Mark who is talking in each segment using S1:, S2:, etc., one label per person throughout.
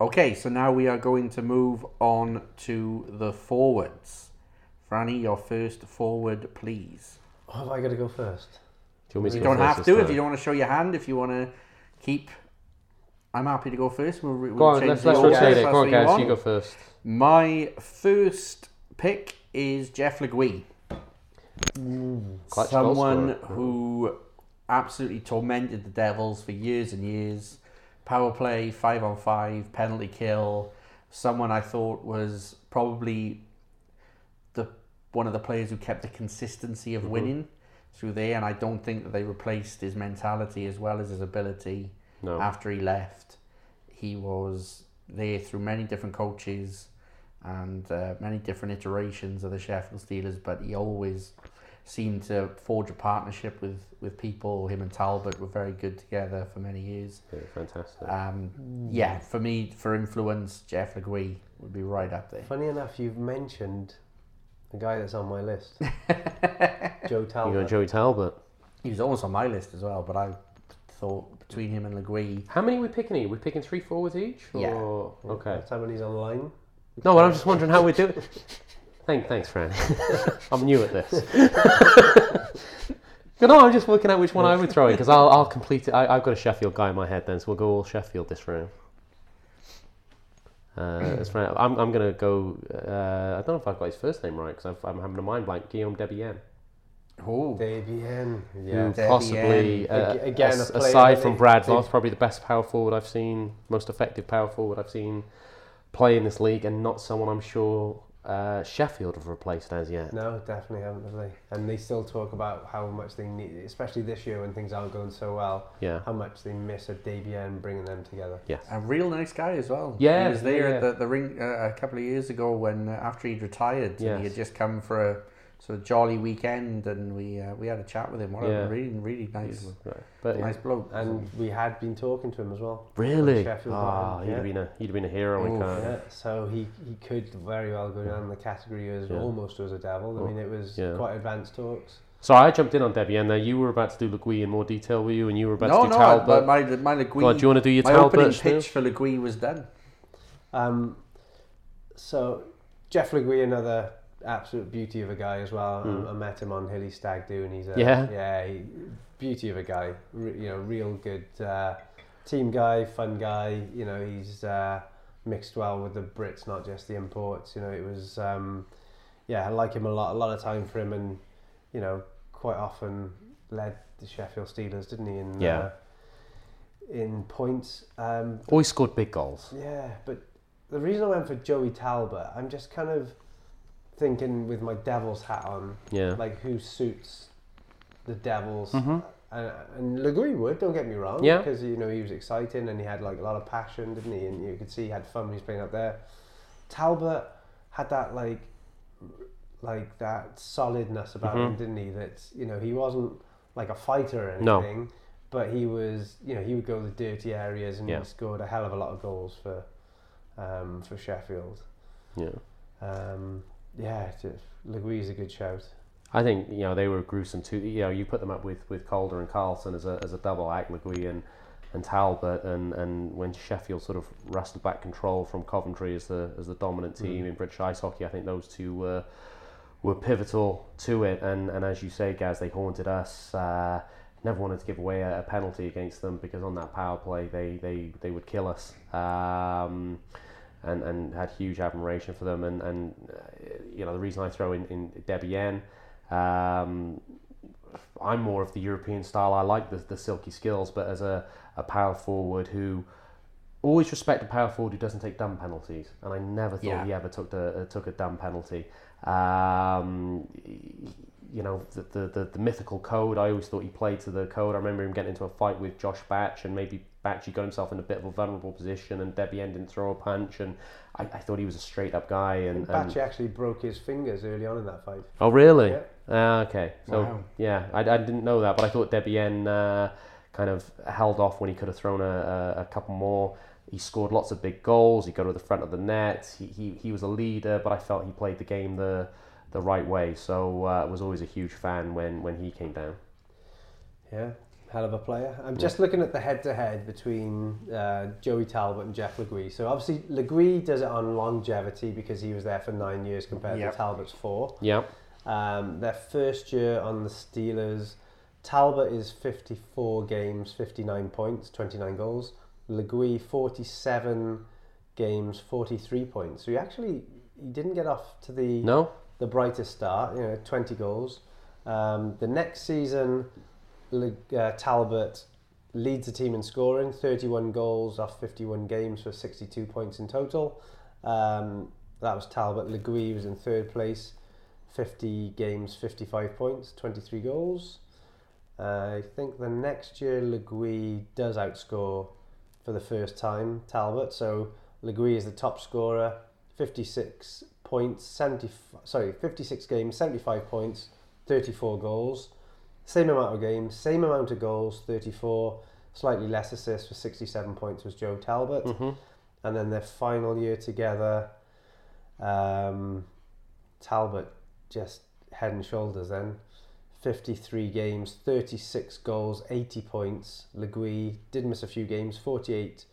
S1: Okay, so now we are going to move on to the forwards. Franny, your first forward, please.
S2: Oh, have I got to go first?
S3: Do you want me to
S1: You
S3: go
S1: don't
S3: first
S1: have
S3: this
S1: to if
S3: time?
S1: you don't want to show your hand. If you want to keep, I'm happy to go first. We'll, we'll
S3: Go on,
S1: change
S3: let's,
S1: the
S3: let's
S1: order if
S3: rotate it.
S1: that's
S3: Go on,
S1: what you
S3: guys, you
S1: want.
S3: go first.
S1: My first pick is Jeff Legui.
S3: Clutch goal
S1: Someone
S3: scorer.
S1: who absolutely tormented the Devils for years and years. Power play, five on five, penalty kill. Someone I thought was probably the one of the players who kept the consistency of winning through there, and I don't think that they replaced his mentality as well as his ability
S3: No.
S1: after he left. He was there through many different coaches and uh, many different iterations of the Sheffield Steelers, but he always seemed to forge a partnership with, with people. Him and Talbot were very good together for many years.
S3: Yeah, fantastic.
S1: Um, yeah, for me, for influence, Jeff Legui would be right up there.
S2: Funny enough, you've mentioned a guy that's on my list, Joe
S3: you
S1: Um,
S2: Talbot.
S3: got Joey Talbot.
S1: He was almost on my list as well, but I thought between him and Legui,
S3: How many are we picking here? We're picking three forwards each?
S1: Yeah.
S3: Or... Okay.
S2: That's how when he's online.
S3: No, well, I'm just wondering how we do it. Thank, thanks, Fran. I'm new at this. But no, I'm just working out which one I would throw in because I'll, I'll complete it. I, I've got a Sheffield guy in my head then, so we'll go all Sheffield this round. Uh, that's right. I'm, I'm going to go. Uh, I don't know if I've got his first name right because I'm having a mind blank. Guillaume Debienne.
S1: oh,
S2: Debian.
S3: who
S2: Yeah.
S1: Debienne.
S3: possibly, uh,
S2: Ag- again,
S3: as-
S2: a player
S3: aside
S2: that
S3: from
S2: they-
S3: Brad
S2: they-
S3: Voss, probably the best power forward I've seen, most effective power forward I've seen play in this league, and not someone I'm sure uh, Sheffield have replaced as yet.
S2: No, definitely haven't have they? And they still talk about how much they need, especially this year when things aren't going so well,
S3: Yeah.
S2: how much they miss a Debian bringing them together.
S3: Yes.
S1: a real nice guy as well.
S3: Yeah,
S1: he was there
S3: yeah,
S1: at
S3: yeah.
S1: the, the ring uh, a couple of years ago when uh, after he'd retired, and he had
S3: Yes.
S1: just come for a sort of jolly weekend, and we uh, we had a chat with him. What
S3: Yeah.
S1: a really really nice
S3: Right. But
S1: nice bloke.
S2: And we had been talking to him as well.
S3: really,
S2: Sheffield
S3: ah,
S2: United,
S3: you'd
S2: yeah.
S3: have been a you'd have been a hero in
S1: Oof.
S3: Cardiff.
S2: Yeah, so he, he could very well go down the category as
S3: Yeah.
S2: almost as a devil. I mean, it was
S3: Yeah.
S2: quite advanced talks.
S3: Sorry, I jumped in on Debienne there. You were about to do Legui in more detail, were you? And you were about
S1: no,
S3: to do
S1: no, I-
S3: Talbot.
S1: but my my Legui,
S3: God, do you want to do your
S1: my
S3: Talbot?
S1: opening
S3: still?
S1: pitch for Legui was done.
S2: Um, so Jeff Legui, another absolute beauty of a guy as well. I, I met him on Hilly Stag Do, and he's a
S3: Hmm. Yeah.
S2: he, beauty of a guy. Re, you know, real good uh, team guy, fun guy. You know, he's uh, mixed well with the Brits, not just the imports. You know, it was um, yeah, I like him a lot. A lot of time for him, and you know, quite often led the Sheffield Steelers, didn't he? In
S3: Yeah.
S2: Uh, in points, um,
S3: Always scored big goals.
S2: yeah, but the reason I went for Joey Talbot, I'm just kind of thinking with my Devils hat on,
S3: Yeah. Mm-hmm.
S2: like who suits the Devils. And, and Legui would, don't get me wrong,
S3: Yeah.
S2: because you know he was exciting and he had like a lot of passion, didn't he? And you could see he had fun when he was playing out there. Talbot had that like, like that solidness about
S3: Mm-hmm.
S2: him, didn't he? That you know he wasn't like a fighter or
S3: No.
S2: anything, but he was, you know, he would go to the dirty areas and
S3: Yeah.
S2: he scored a hell of a lot of goals for um, for Sheffield.
S3: Yeah.
S2: Um, yeah, just, Legui's a good shout.
S3: I think you know they were gruesome too. You know, you put them up with, with Calder and Carlson as a as a double act, Legui and and Talbot, and, and when Sheffield sort of wrestled back control from Coventry as the as the dominant team in British ice hockey, I think those two were were pivotal to it. And and as you say, guys, they haunted us. Uh, never wanted to give away a, a penalty against them because on that power play, they they, they would kill us. Um, and, and had huge admiration for them and, and uh, you know the reason I throw in, in Debienne um, I'm more of the European style. I like the, the silky skills, but as a, a power forward who always respect a power forward who doesn't take dumb penalties, and I never thought
S1: Yeah.
S3: he ever took the uh, took a dumb penalty. Um, you know the, the, the the mythical code. I always thought he played to the code. I remember him getting into a fight with Josh Batch, and maybe Batch he got himself in a bit of a vulnerable position, and Debian didn't throw a punch, and I, I thought he was a straight up guy. And, and
S2: Batchy actually broke his fingers early on in that fight.
S3: Oh, really?
S2: Yeah.
S3: Ah, okay. So,
S1: Wow.
S3: yeah, I, I didn't know that, but I thought Debian uh, kind of held off when he could have thrown a, a, a couple more. He scored lots of big goals. He got to the front of the net. He, he, he was a leader, but I felt he played the game the the right way. So uh, I was always a huge fan when, when he came down.
S2: Yeah, hell of a player. I'm just looking at the head-to-head between uh, Joey Talbot and Jeff Legree. So obviously Legree does it on longevity because he was there for nine years compared
S1: Yep.
S2: to Talbot's four.
S3: Yeah.
S2: Um, their first year on the Steelers, Talbot is 54 games, 59 points, 29 goals. Legui 47 games, 43 points. So he actually he didn't get off to the
S3: No.
S2: the brightest start, you know, 20 goals. Um, the next season, Le- uh, Talbot leads the team in scoring, 31 goals off 51 games for 62 points in total. Um, that was Talbot. Legui was in third place, 50 games, 55 points, 23 goals. Uh, I think the next year, Legui does outscore for the first time Talbot. So Legui is the top scorer, 56 points, 70, sorry, 56 games, 75 points, 34 goals. Same amount of games, same amount of goals, 34. Slightly less assists for 67 points was Joe Talbot. And then their final year together, um, Talbot just head and shoulders then. 53 games, 36 goals, 80 points. Legui did miss a few games, 48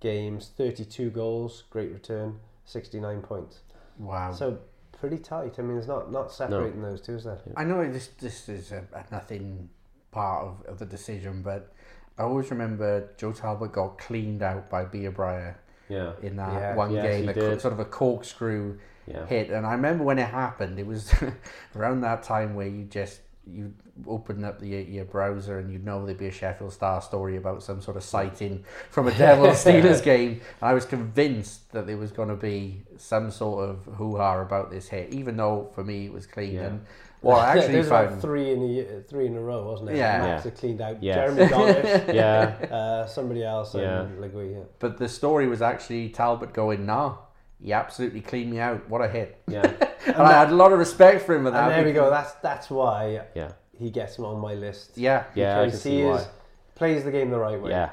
S2: games, 32 goals, great return, 69 points.
S3: Hmm.
S1: Wow.
S2: So pretty tight. I mean, it's not, not separating those two, is there?
S1: I know this this is a, a nothing part of, of the decision, but I always remember Joe Talbot got cleaned out by Bea Breyer
S3: Yeah.
S1: in that
S2: Yeah.
S1: one
S3: Yes,
S1: game,
S3: he
S1: a cor-
S3: did.
S1: sort of a corkscrew
S3: Yeah.
S1: hit. And I remember when it happened, it was around that time where you just you open up the, your browser and you know there'd be a Sheffield Star story about some sort of sighting from a Devil Steelers game. And I was convinced that there was going to be some sort of hoo ha about this hit, even though for me it was clean.
S3: Yeah.
S1: And well, I actually
S2: There's
S1: found
S2: about three in a year- three in a row, wasn't it?
S1: Yeah.
S2: Max
S3: Yeah.
S2: had cleaned out
S3: Yes.
S2: Jeremy Donis,
S3: Yeah.
S2: uh, somebody else, and
S3: Yeah.
S2: Legui. Yeah.
S1: But the story was actually Talbot going, nah, he absolutely cleaned me out. What a hit.
S3: Yeah.
S1: And, I had a lot of respect for him with that.
S2: And there we
S1: because-
S2: go. That's that's why
S3: Yeah.
S2: he gets him on my list.
S1: Yeah.
S3: Yeah. I can
S2: because he
S3: see
S2: is,
S3: why.
S2: plays the game the right way.
S3: Yeah.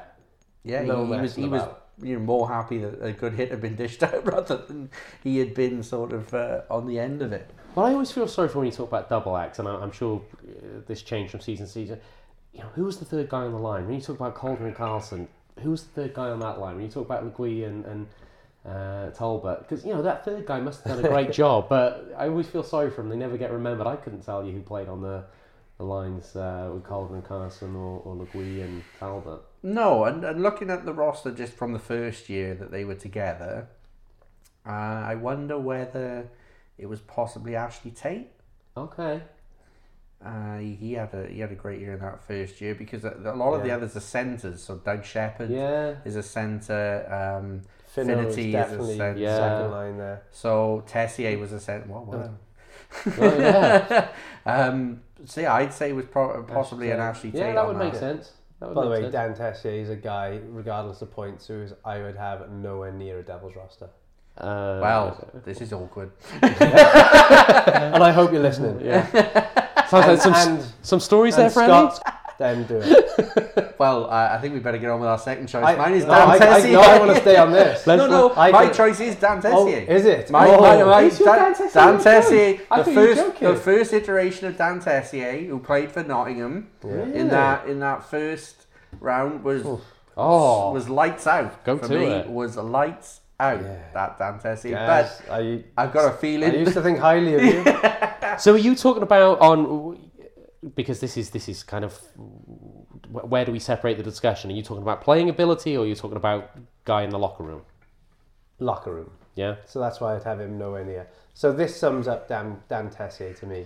S1: Yeah, he,
S2: No
S1: he was,
S2: messing
S1: he was
S2: about.
S1: you know, more happy that a good hit had been dished out rather than he had been sort of uh, on the end of it.
S3: Well, I always feel sorry for when you talk about double acts, and I, I'm sure uh, this changed from season to season. You know, who was the third guy on the line? When you talk about Calder and Carlson, who was the third guy on that line? When you talk about Legui and, and uh, Talbot, because, you know, that third guy must have done a great job, but I always feel sorry for him. They never get remembered. I couldn't tell you who played on the, the lines uh, with Calder and Carlson or, or Legui and Talbot.
S1: No, and, and looking at the roster just from the first year that they were together, uh, I wonder whether it was possibly Ashley Tate.
S3: Okay.
S1: Uh, he had a he had a great year in that first year because a, a lot of the
S2: Yeah.
S1: others are centres. So Doug Shepherd,
S3: Yeah.
S1: is a centre. Um,
S2: Finno is
S1: Finity is a
S2: definitely
S1: centre.
S3: Yeah.
S2: second line there.
S1: So Tessier was a centre. What was
S3: Oh, yeah.
S1: um, so yeah, I'd say it was pro- possibly an Ashley Tate.
S3: Yeah, that
S1: on
S3: would make sense. That would
S2: By the
S3: make
S2: way,
S3: sense.
S2: Dan Tessier is a guy, regardless of points, who is I would have nowhere near a Devils roster.
S3: Uh,
S1: Well, this is awkward.
S2: and I hope you're listening.
S3: Yeah. Sounds like
S2: And,
S3: some,
S2: and,
S3: some stories there,
S2: and
S3: friendly.
S2: Scott, then do it.
S1: Well, I I think we better get on with our second choice.
S2: I,
S1: Mine is
S2: no,
S1: Dan
S2: I, I,
S1: Tessier.
S2: no, I want to stay on this.
S1: no, no,
S2: I
S1: my
S2: can-
S1: choice is Dan Tessier.
S2: Oh, is it?
S1: My,
S2: oh,
S1: my, my,
S3: Is your
S1: Dan,
S3: Dan Tessier
S1: Dan
S3: good?
S1: Tessier,
S3: I
S1: the
S3: thought you were
S1: first,
S3: joking.
S1: the first iteration of Dan Tessier, who played for Nottingham in that in that first round was
S3: Oh,
S1: was lights out.
S3: Go
S1: for
S3: to
S1: me,
S3: it.
S1: was lights out.
S2: Yeah.
S1: That Dan Tessier,
S2: Guys, I,
S1: but I've got a
S2: I
S1: feeling.
S2: used to think highly of you.
S3: so are you talking about on because this is this is kind of where do we separate the discussion? Are you talking about playing ability or are you talking about guy in the locker room?
S2: Locker room.
S3: Yeah.
S2: So that's why I'd have him nowhere near. So this sums up Dan, Dan Tessier to me.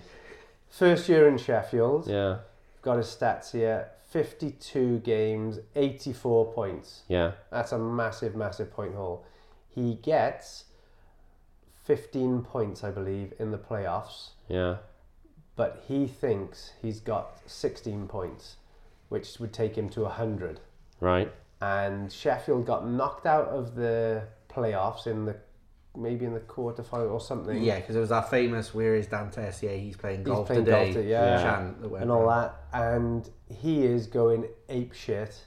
S2: First year in Sheffield,
S3: Yeah.
S2: got his stats here 52 games, 84 points.
S3: Yeah.
S2: That's a massive, massive point haul. He gets 15 points, I believe, in the playoffs,
S3: Yeah.
S2: but he thinks he's got 16 points, which would take him to 100.
S3: Right.
S2: And Sheffield got knocked out of the playoffs in the maybe in the quarterfinal or something.
S1: Yeah, because it was that famous "Where is Dan Tessier? He's playing golf
S2: playing
S1: today."
S2: golf today, yeah.
S1: chant that went
S2: and all
S1: round.
S2: that. And he is going ape shit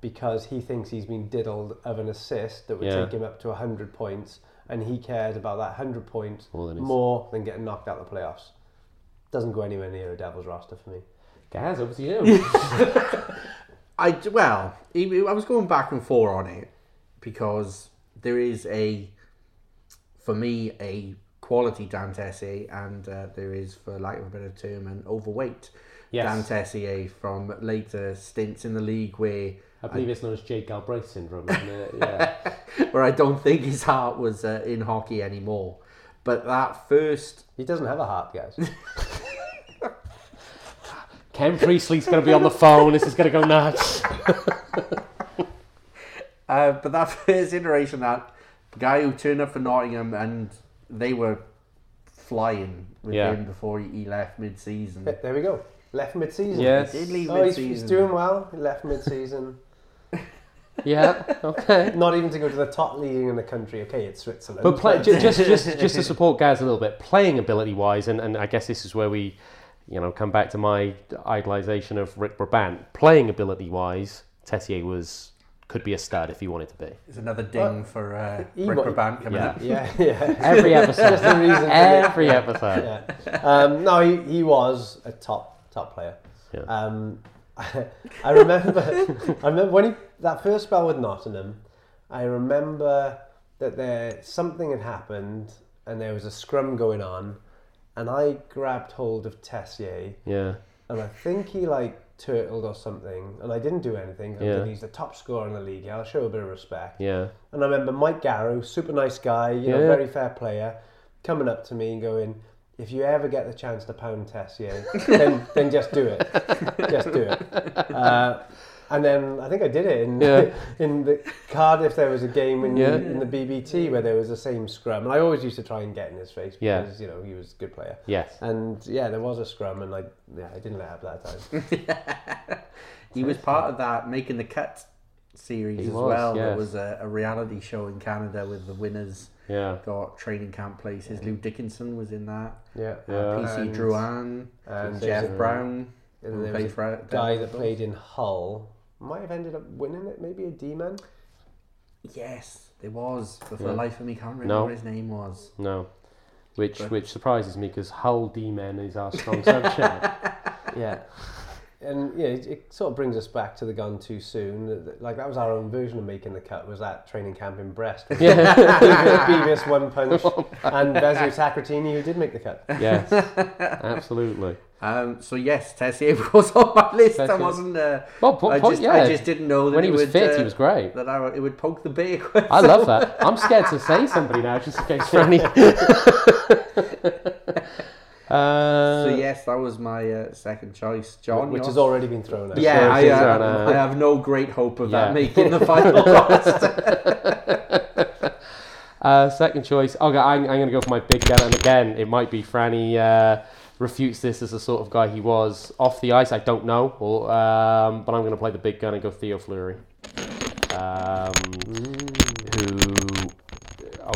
S2: because he thinks he's been diddled of an assist that would
S3: Yeah.
S2: take him up to 100 points. And he cared about that 100 points
S3: More than his-
S2: more than getting knocked out of the playoffs. Doesn't go anywhere near a Devils roster for me.
S3: Gaz, over to you.
S1: I d- well, he- I was going back and forth on it because there is a, for me, a quality Dan Tessier, and uh, there is, for lack of a better term, an overweight
S3: Yes.
S1: Dan Tessier from later stints in the league where
S3: I believe it's known as Jake Galbraith syndrome, isn't it? Yeah.
S1: where I don't think his heart was uh, in hockey anymore. But that first
S2: He doesn't have a heart, guys.
S3: Ken Priestley's going to be on the phone. This is going to go nuts.
S1: Uh, but that first iteration, that guy who turned up for Nottingham and they were flying with
S3: Yeah.
S1: him before he he left mid season.
S2: there we go. Left mid season.
S3: Yes.
S1: Did leave
S2: Oh,
S1: mid
S2: he's, he's doing
S1: season.
S2: well. He left mid season.
S3: Yeah. Okay.
S2: Not even to go to the top league in the country. Okay, it's Switzerland.
S3: But play, ju- just just just to support guys a little bit, playing ability wise, and, and I guess this is where we, you know, come back to my idolization of Rick Brabant. Playing ability wise, Tessier was could be a stud if he wanted to be.
S1: It's another ding for uh,
S2: he
S1: Rick
S2: wa-
S1: Brabant coming
S3: yeah.
S1: up.
S2: yeah, yeah.
S3: Every
S2: That's
S3: episode.
S2: the reason. for it.
S3: Every episode.
S2: yeah. Um, no, he, he was a top top player.
S3: Yeah.
S2: Um, I remember, I remember when he that first spell with Nottingham. I remember that there something had happened and there was a scrum going on, and I grabbed hold of Tessier
S3: Yeah.
S2: and I think he like turtled or something, and I didn't do anything. I'm
S3: Yeah.
S2: thinking he's the top scorer in the league. I'll show a bit of respect.
S3: Yeah.
S2: And I remember Mike Garrow, super nice guy, you know,
S3: Yeah.
S2: very fair player, coming up to me and going, "If you ever get the chance to pound Tessier, then then just do it, just do it." Uh, and then I think I did it in
S3: Yeah.
S2: in the Cardiff. There was a game in,
S3: Yeah.
S2: in the BBT where there was the same scrum, and I always used to try and get in his face
S3: Yeah.
S2: because you know he was a good player.
S3: Yes.
S2: And yeah, there was a scrum, and I yeah I didn't let up that time.
S1: He was part of that Making the Cut series
S3: He
S1: as
S3: was,
S1: well. That
S3: yes.
S1: was a, a reality show in Canada with the winners
S3: Yeah.
S1: got training camp places. Lou Dickinson was in that.
S2: Yeah,
S3: Yeah.
S1: PC
S2: And-
S1: Drouin,
S2: and
S1: Jeff
S2: there's a-
S1: Brown,
S2: And
S1: who
S2: there was
S1: played
S2: a
S1: for
S2: guy that played in Hull might have ended up winning it. Maybe a D-man.
S1: Yes, there was. But for
S3: Yeah.
S1: the life of me, can't remember
S3: No.
S1: what his name was.
S3: No. Which which surprises me because Hull D men is our strong subject.
S2: Yeah. And yeah, it, it sort of brings us back to the gun too soon. that- that- Like that was our own version of making the cut. Was that training camp in Brest?
S3: Yeah. Oh
S2: Beavis one punch and Bezio Tacratini who did make the cut.
S3: Yes. Absolutely.
S1: Um, so yes, Tessier was on my list. I
S3: Tessier.
S1: wasn't. Uh,
S3: Well, po-
S1: I
S3: po-
S1: just,
S3: yeah.
S1: I just didn't know that
S3: when he
S1: it
S3: was
S1: would,
S3: fit,
S1: uh,
S3: he was great.
S1: That I, it would poke the bear.
S3: I love that. I'm scared to say somebody now, just in case Franny. uh,
S1: so yes, that was my uh, second choice, John.
S2: which
S1: yours?
S2: has already been thrown out.
S1: yeah, I,
S3: Sure,
S1: uh,
S3: Suzanne, uh,
S1: I have no great hope of
S3: yeah.
S1: that making the final list.
S3: uh, second choice. Okay, I'm, I'm going to go for my big gun, and again, it might be Franny uh, refutes this as the sort of guy he was off the ice. I don't know, or, um, but I'm going to play the big gun and go Theo Fleury. Um, who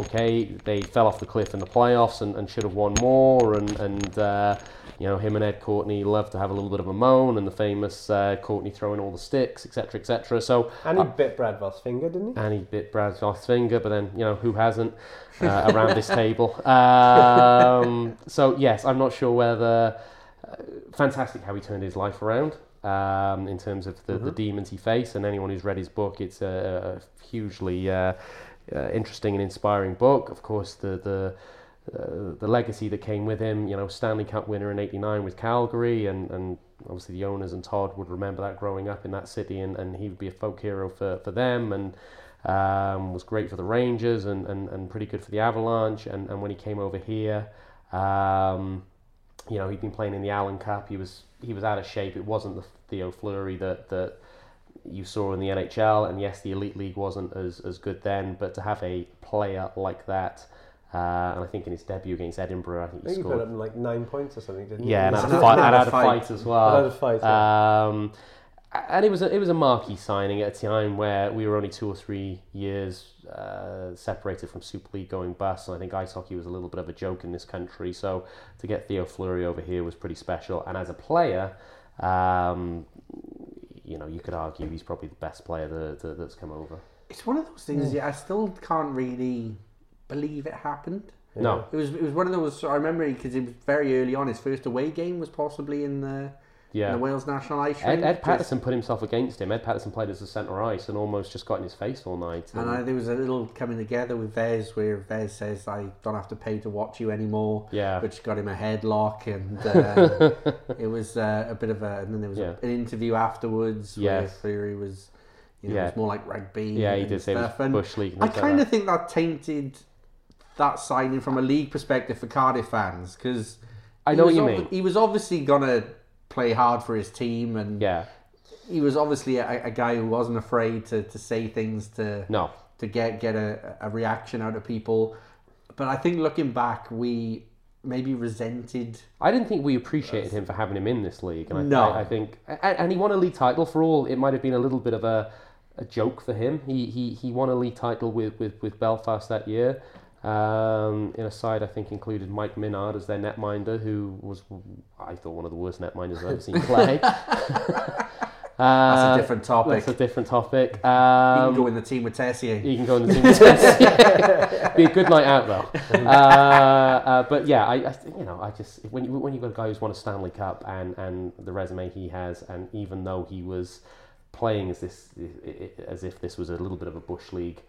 S3: okay, they fell off the cliff in the playoffs and, and should have won more. And, and uh, you know, him and Ed Courtney love to have a little bit of a moan and the famous uh, Courtney throwing all the sticks, etc., etc. So,
S2: And he bit Brad Voss' finger, didn't
S3: and he bit Bradshaw finger, but then, you know, who hasn't uh, around this table? Um, so, yes, I'm not sure whether. Uh, fantastic how he turned his life around um, in terms of the, the demons he faced. And anyone who's read his book, it's a, a hugely uh, uh, interesting and inspiring book. Of course, the. the uh, the legacy that came with him, you know, Stanley Cup winner in '89 with Calgary, and, and obviously the owners and Todd would remember that growing up in that city, and, and he would be a folk hero for, for them, and um, was great for the Rangers, and, and, and pretty good for the Avalanche. And, and when he came over here, um, you know, he'd been playing in the Allen Cup. He was he was out of shape. It wasn't the Theo Fleury that that you saw in the NHL, and yes, the Elite League wasn't as, as good then. But to have a player like that, uh, and I think in his debut against Edinburgh, I think
S2: he? I
S3: he
S2: think he put
S3: scored
S2: up like nine points or something, didn't
S3: yeah, and
S2: he?
S3: had
S1: It's
S3: a
S1: an
S3: fight, Uh,
S1: out-
S3: and
S1: out
S3: had a
S1: of
S3: fight,
S1: fight.
S3: as well.
S2: Out of fight,
S3: Um, and it was a, it was a marquee signing at a time where we were only two or three years uh, separated from Super League going bust, and I think ice hockey was a little bit of a joke in this country. So to get Theo Fleury over here was pretty special, and as a player. Um, you know, you could argue he's probably the best player that, that, that's come over.
S1: it's one of those things. Yeah, I still can't really believe it happened.
S3: No,
S1: It was it was one of those. I remember because it was very early on. His first away game was possibly in the in
S3: Yeah.
S1: the Wales national ice rink.
S3: Ed, Ed
S1: Just-
S3: Patterson put himself against him. Ed Patterson played as a centre ice and almost just got in his face all night.
S1: And I, there was a little coming together with Vez where Vez says, I don't have to pay to watch you anymore,
S3: yeah,
S1: which got him a headlock. And uh, it was uh, a bit of a. And then there was
S3: Yeah.
S1: a, an interview afterwards where
S3: Yes.
S1: Fury was, you know, it
S3: Yeah.
S1: was more like rugby.
S3: yeah, he
S1: and
S3: did say it was
S1: stuff. And
S3: bush league. and
S1: I
S3: things like
S1: kind
S3: that.
S1: of think that tainted that signing from a league perspective for Cardiff fans because
S3: I know what you mean.
S1: He was obviously gonna play hard for his team, and
S3: Yeah,
S1: he was obviously a, a guy who wasn't afraid to, to say things to
S3: no,
S1: to get get a, a reaction out of people. But I think looking back, we maybe resented.
S3: I didn't think we appreciated him for having him in this league. And I,
S1: No.
S3: I, I think, and, and he won a league title for all. It might have been a little bit of a, a joke for him. He, he he won a league title with, with, with Belfast that year. Um, in a side, I think included Mike Minard as their netminder, who was I thought one of the worst netminders I've ever seen play.
S1: That's
S3: Uh,
S1: a different topic.
S3: That's a different topic.
S1: you can
S3: Um,
S1: go in the team with Tessier.
S3: you can go on the team test. Be a good night out though. Uh, uh, but yeah, I, I think, you know I just when you, when you've got a guy who's won a Stanley Cup and and the resume he has, and even though he was playing as this as if this was a little bit of a bush league,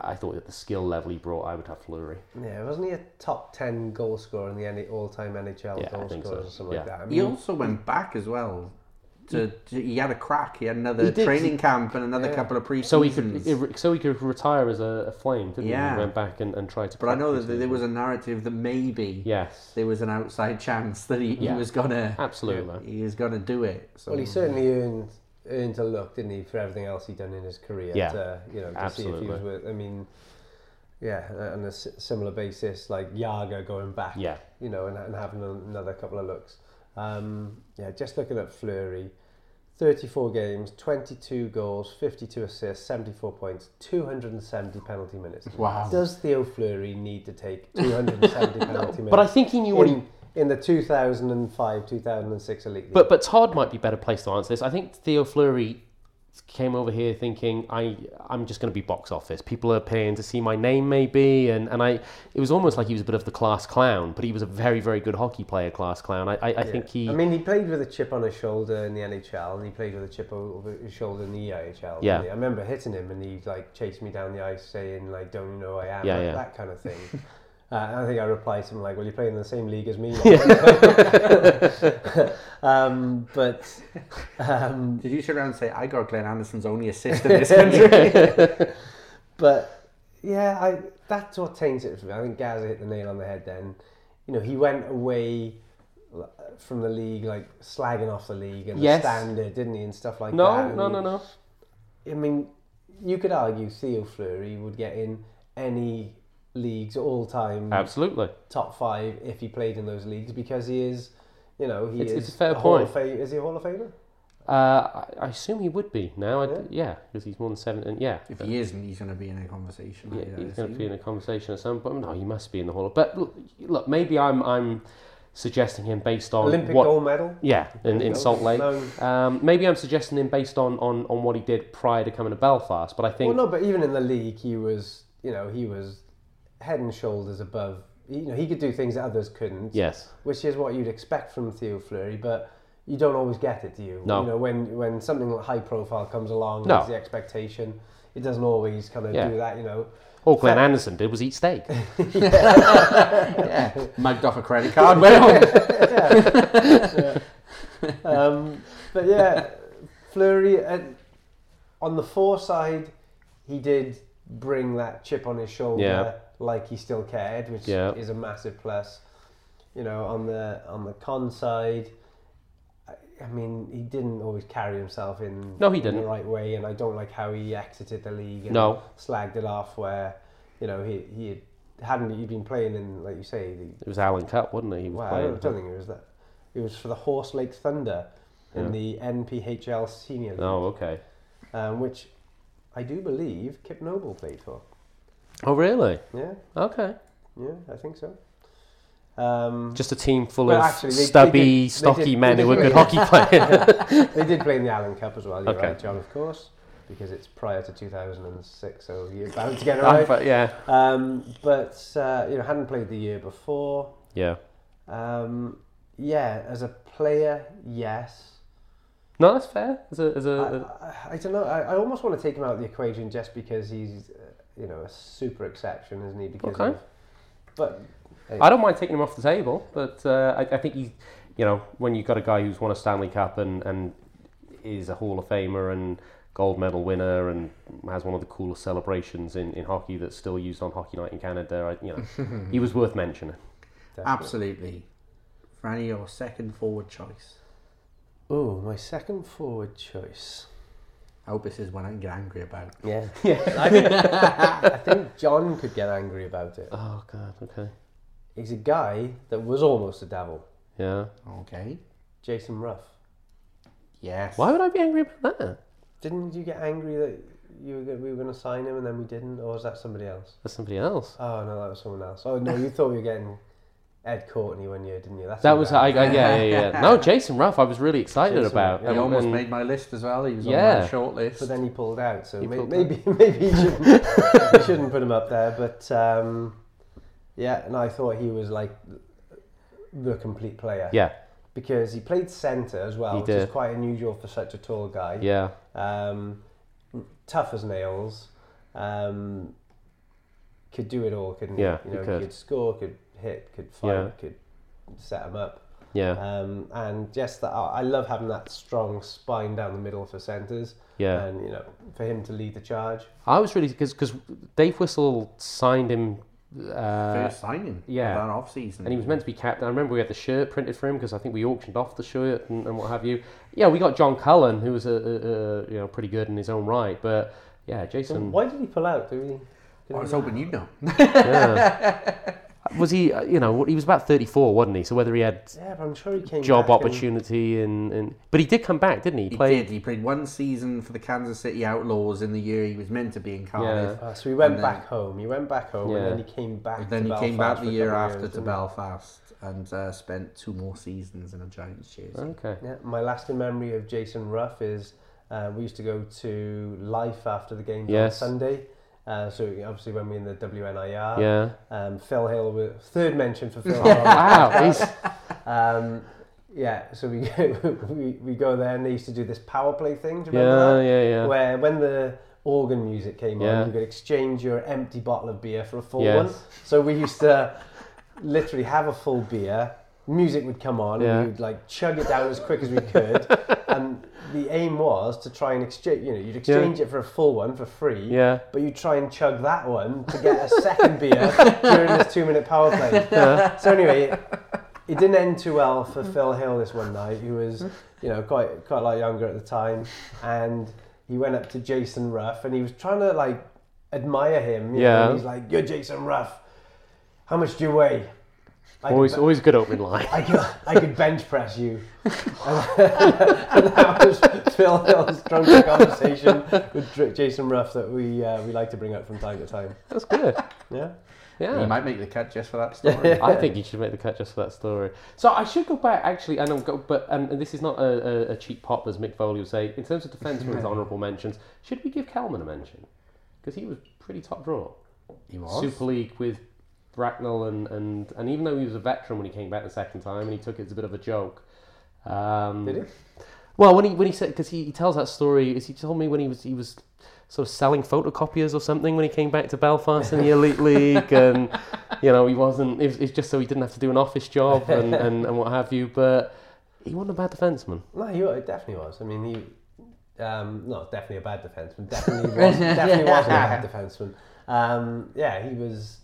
S3: I thought at the skill level he brought, I would have Fleury.
S2: Yeah, wasn't he a top ten goal scorer in the NH all-time NHL
S3: Yeah, I
S2: goal
S3: think
S2: scorers
S3: so.
S2: or something like
S3: Yeah.
S2: that? I
S1: He
S2: mean,
S1: also went back as well. To, to- he had a crack. He had another
S3: He did.
S1: training camp and another
S2: Yeah.
S1: couple of pre-seasons.
S3: So he could so he could retire as a, a flame, didn't he?
S1: Yeah.
S3: He went back and, and tried to.
S1: But I know
S3: practice
S1: that
S3: it.
S1: there was a narrative that maybe
S3: yes,
S1: there was an outside chance that he,
S3: Yeah.
S1: he was gonna
S3: absolutely.
S1: he was gonna do it. So
S2: well, he certainly earned earned a look, didn't he, for everything else he'd done in his career?
S3: Yeah,
S2: to, you know, to see if
S3: absolutely.
S2: he was worth. I mean, yeah, on a s- similar basis, like Yaga going back.
S3: Yeah,
S2: you know, and, and having another couple of looks. Um, yeah, just looking at Fleury, 34 games, 22 goals, 52 assists, 74 points, 270 penalty minutes.
S1: Wow.
S2: Does Theo Fleury need to take 270 penalty minutes?
S3: but I think he knew what he
S2: in, in the 2005 2006 Elite League.
S3: But but Todd might be better placed to answer this. I think Theo Fleury came over here thinking I I'm just going to be box office. People are paying to see my name maybe, and and I it was almost like he was a bit of the class clown, but he was a very very good hockey player, class clown. I I, I
S2: Yeah.
S3: think he
S2: I mean, he played with a chip on his shoulder in the NHL, and he played with a chip over his shoulder in the EIHL. didn't
S3: Yeah.
S2: he? I remember hitting him, and he like chased me down the ice, saying like, "Don't you know who I am?"
S3: Yeah,
S2: like,
S3: yeah.
S2: That kind of thing. uh, and I think I replied to him like, "Well, you're playing in the same league as me." now." um, but um,
S1: Did you sit around and say, I got Glenn Anderson's only assist in this country?
S2: but yeah, I that's what taints it for me. I think Gaza hit the nail on the head. Then, you know, he went away l- from the league like slagging off the league and
S3: Yes.
S2: the standard, didn't he, and stuff like that.
S3: no
S2: And,
S3: no no no
S2: I mean, you could argue Theo Fleury would get in any leagues all time
S3: absolutely
S2: top five if he played in those leagues because he is, you know, he
S3: It's-
S2: is
S3: it's a fair
S2: Hall of
S3: point.
S2: Fame. Is he a Hall of Famer?
S3: uh, I, I assume he would be now I, yeah because he's more than seven and yeah Uh,
S1: if he isn't, he's going to be in a conversation.
S3: Yeah,
S1: like that,
S3: he's
S1: is
S3: going to
S1: he?
S3: be in a conversation at some point. No, he must be in the hall. of- But look, look maybe I'm I'm suggesting him based on
S2: Olympic
S3: Oh, what,
S2: gold medal.
S3: Yeah, in, in Salt Lake.
S2: No.
S3: Um, maybe I'm suggesting him based on, on, on what he did prior to coming to Belfast, but I
S2: Well,
S3: think
S2: no, but even in the league, he was, you know, he was head and shoulders above. You know, he could do things that others couldn't.
S3: yes,
S2: which is what you'd expect from Theo Fleury, but you don't always get it, do you?
S3: No.
S2: You know, when when something like high profile comes along,
S3: No.
S2: there's the expectation. It doesn't always kind of
S3: Yeah.
S2: do that, you know.
S3: all Glenn
S2: Fair-
S3: Anderson did was eat steak.
S1: yeah, mugged off a credit card. Well,
S2: Um, but yeah, Fleury, and on the four side, he did bring that chip on his shoulder,
S3: Yeah.
S2: like he still cared, which
S3: Yeah.
S2: is a massive plus. You know, on the on the con side, I, I mean, he didn't always carry himself in
S3: No, he
S2: in
S3: didn't.
S2: the right way, and I don't like how he exited the league. And
S3: No.
S2: slagged it off where, you know, he he had- hadn't he'd been playing in like you say the
S3: It was Alan Cup, wasn't it? He was
S2: well, I
S3: playing.
S2: don't, don't think it was that. It was for the Horse Lake Thunder in the NPHL Senior League,
S3: Oh, okay.
S2: um, which I do believe Kip Noble played for.
S3: Oh, really?
S2: Yeah,
S3: Okay.
S2: yeah, I think so. Um,
S3: Just a team full
S2: Well,
S3: of
S2: actually, they- they
S3: stubby,
S2: did- they
S3: stocky
S2: did-
S3: men
S2: they
S3: who were
S2: did
S3: good
S2: play.
S3: hockey players.
S2: they did play in the Allen Cup as well, you're
S3: Okay.
S2: right, John, of course, because it's prior to 2006, so you're bound to get it
S3: I
S2: right.
S3: thought- yeah,
S2: Um, but, uh, you know, hadn't played the year before.
S3: yeah.
S2: Um, yeah, as a player, yes.
S3: No, that's fair. As a, as a,
S2: I, I, I don't know. I, I almost want to take him out of the equation just because he's, uh, you know, a super exception, isn't he? Because
S3: Okay.
S2: of- but
S3: I don't mind taking him off the table, but uh, I, I think he, you know, when you've got a guy who's won a Stanley Cup and, and is a Hall of Famer and gold medal winner and has one of the coolest celebrations in, in hockey that's still used on Hockey Night in Canada, I, you know, he was worth mentioning.
S1: Absolutely. Franny, your second forward choice.
S2: oh, my second forward choice.
S1: I hope this is one I can get angry about.
S2: Yeah, yeah. I think, I think John could get angry about it.
S3: Oh, God, okay.
S2: He's a guy that was almost a devil,
S3: Yeah.
S1: Okay.
S2: Jason Ruff.
S1: Yes.
S3: Why would I be angry about that?
S2: Didn't you get angry that you were gonna, we were going to sign him and then we didn't, or was that somebody else?
S3: That's somebody else.
S2: Oh no, that was someone else. Oh no, you thought you were getting Ed Courtney one year, didn't you? That's
S3: That
S2: who
S3: was,
S2: that
S3: I, I, yeah, yeah, yeah. No, Jason Ruff, I was really excited
S2: Jason Ruff,
S3: about.
S2: yeah.
S1: He
S3: And-
S1: almost
S3: and-
S1: made my list as well. He was on
S3: Yeah.
S1: my short list.
S2: But then he pulled out, so may-
S3: pulled
S2: maybe maybe you shouldn't, you shouldn't put him up there. But um, yeah, and I thought he was like the complete player.
S3: Yeah,
S2: Because he played centre as well,
S3: He
S2: which is
S3: did.
S2: quite unusual for such a tall guy.
S3: yeah.
S2: Um, tough as nails. Um, could do it all, couldn't
S3: Yeah,
S2: he?
S3: he
S2: You know,
S3: could.
S2: could score, could hit, could fight,
S3: Yeah.
S2: could set him up.
S3: Yeah,
S2: Um, and just that, I I love having that strong spine down the middle for centres.
S3: yeah.
S2: And you know, for him to lead the charge.
S3: I was really because because Dave Whistle signed him, uh,
S1: First signing.
S3: yeah.
S1: That off season.
S3: and he was meant to be captain. I remember we had the shirt printed for him because I think we auctioned off the shirt and, and what have you. Yeah, we got John Cullen, who was a, a, a you know pretty good in his own right, but yeah, Jason.
S2: Why did he pull out? Do we?
S1: I was hoping you'd know.
S3: yeah. was he? uh, You know, he was about thirty four, wasn't he? So whether he had
S2: Yeah, but I'm sure he came.
S3: job
S2: back and-
S3: opportunity and, and but he did come back, didn't he?
S1: He
S3: Played-
S1: did. He played one season for the Kansas City Outlaws in the year he was meant to be in Cardiff.
S2: Ah, so he went
S1: And then-
S2: back home. He went back home,
S3: Yeah.
S2: and then he came back.
S1: And then
S2: to
S1: he came
S2: Belfast
S1: back
S2: for
S1: the
S2: a
S1: year
S2: couple of
S1: after
S2: years,
S1: to
S2: didn't he?
S1: Belfast and uh, spent two more seasons in a Giants jersey.
S3: Okay.
S2: Yeah, my lasting memory of Jason Ruff is uh, we used to go to Life after the games
S3: Yes.
S2: on Sunday. Uh, so obviously when we in the WNIR,
S3: Yeah.
S2: um, Phil Hill, was, third mention for Phil Hill.
S3: wow. He's,
S2: um, yeah, so we, we we go there and they used to do this power play thing. Do you remember that?
S3: yeah. Yeah. Yeah.
S2: Where when the organ music came
S3: Yeah.
S2: on, you could exchange your empty bottle of beer for a full
S3: Yes.
S2: one. So we used to literally have a full beer. Music would come on,
S3: Yeah.
S2: and we'd like chug it down as quick as we could. and the aim was to try and exchange. You know, you'd exchange it for a full one for free.
S3: Yeah.
S2: But you try and chug that one to get a second beer during this two-minute power play. So anyway, it, it didn't end too well for Phil Hill this one night. He was, you know, quite quite a lot younger at the time, and he went up to Jason Ruff and he was trying to like admire him. you know,
S3: Yeah.
S2: and he's like, "You're Jason Ruff. How much do you weigh?" I could,
S3: Always,
S2: be-
S3: always good opening line.
S2: I could, I could bench press you. and that was Phil Hill's drunken conversation with Dr- Jason Ruff that we uh, we like to bring up from time to time.
S3: That's good.
S2: Yeah.
S3: Yeah.
S1: He might make the cut just for that story.
S3: I think you should make the cut just for that story. So I should go back actually, and I'm go, but um, and, and this is not a, a, a cheap pop as Mick Foley would say. In terms of defensemen's honourable mentions, should we give Kalman a mention? Because he was pretty top draw,
S1: he was.
S3: Super League with Bracknell, and, and and even though he was a veteran when he came back the second time, and he took it as a bit of a joke. Um,
S2: Did he?
S3: Well, when he when he said because he, he tells that story, is he told me when he was he was sort of selling photocopiers or something when he came back to Belfast in the elite league, and you know he wasn't. It's was, it was just so he didn't have to do an office job and, and, and what have you. But he wasn't a bad defenseman.
S2: No, he wa- definitely was. I mean, he um, not definitely a bad defenseman. Definitely was. definitely wasn't a bad defenseman. Um, yeah, he was.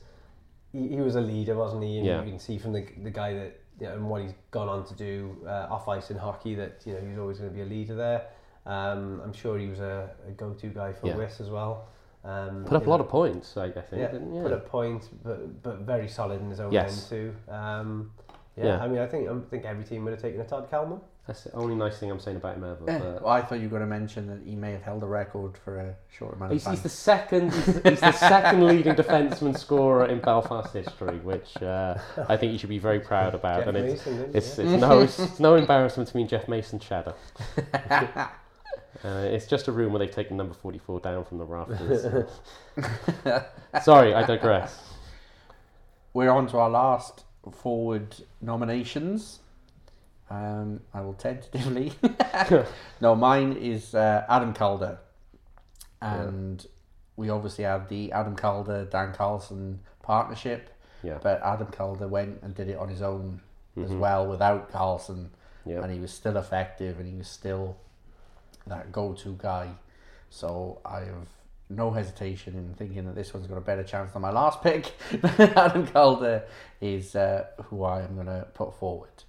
S2: He, he was a leader, wasn't he? And
S3: Yeah.
S2: You can see from the the guy that you know, and what he's gone on to do uh, off ice in hockey that you know he's always going to be a leader there. Um, I'm sure he was a, a go-to guy for
S3: Yeah.
S2: Wes as well. Um,
S3: Put up
S2: you
S3: a
S2: know,
S3: lot of points, I, I think.
S2: yeah,
S3: didn't he?
S2: put up points, but but very solid in his own
S3: Yes.
S2: end too. Um, yeah,
S3: Yeah.
S2: I mean, I think I think every team would have taken a Todd Kalman.
S3: That's the only nice thing I'm saying about him ever.
S1: Well,
S3: But
S1: uh, I thought you were going to mention that he may have held a record for a short amount of
S3: he's,
S1: time.
S3: he's the second. He's the, he's the second leading defenseman scorer in Belfast history, which uh, I think you should be very proud about.
S2: Jeff
S3: and it's
S2: Mason, didn't he?
S3: It's, it's no it's no embarrassment to me and Jeff Mason Cheddar. uh, it's just a room where they've taken number 44 down from the rafters. Sorry, I digress.
S1: We're on to our last forward nominations. Um, I will tentatively. no, mine is uh, Adam Calder, and we obviously have the Adam Calder Dan Carlson partnership.
S3: Yeah. Mm-hmm.
S1: But Adam Calder went and did it on his own as well without Carlson,
S3: Yeah.
S1: and he was still effective, and he was still that go-to guy. So I have no hesitation in thinking that this one's got a better chance than my last pick. Adam Calder is uh, who I am going to put forward.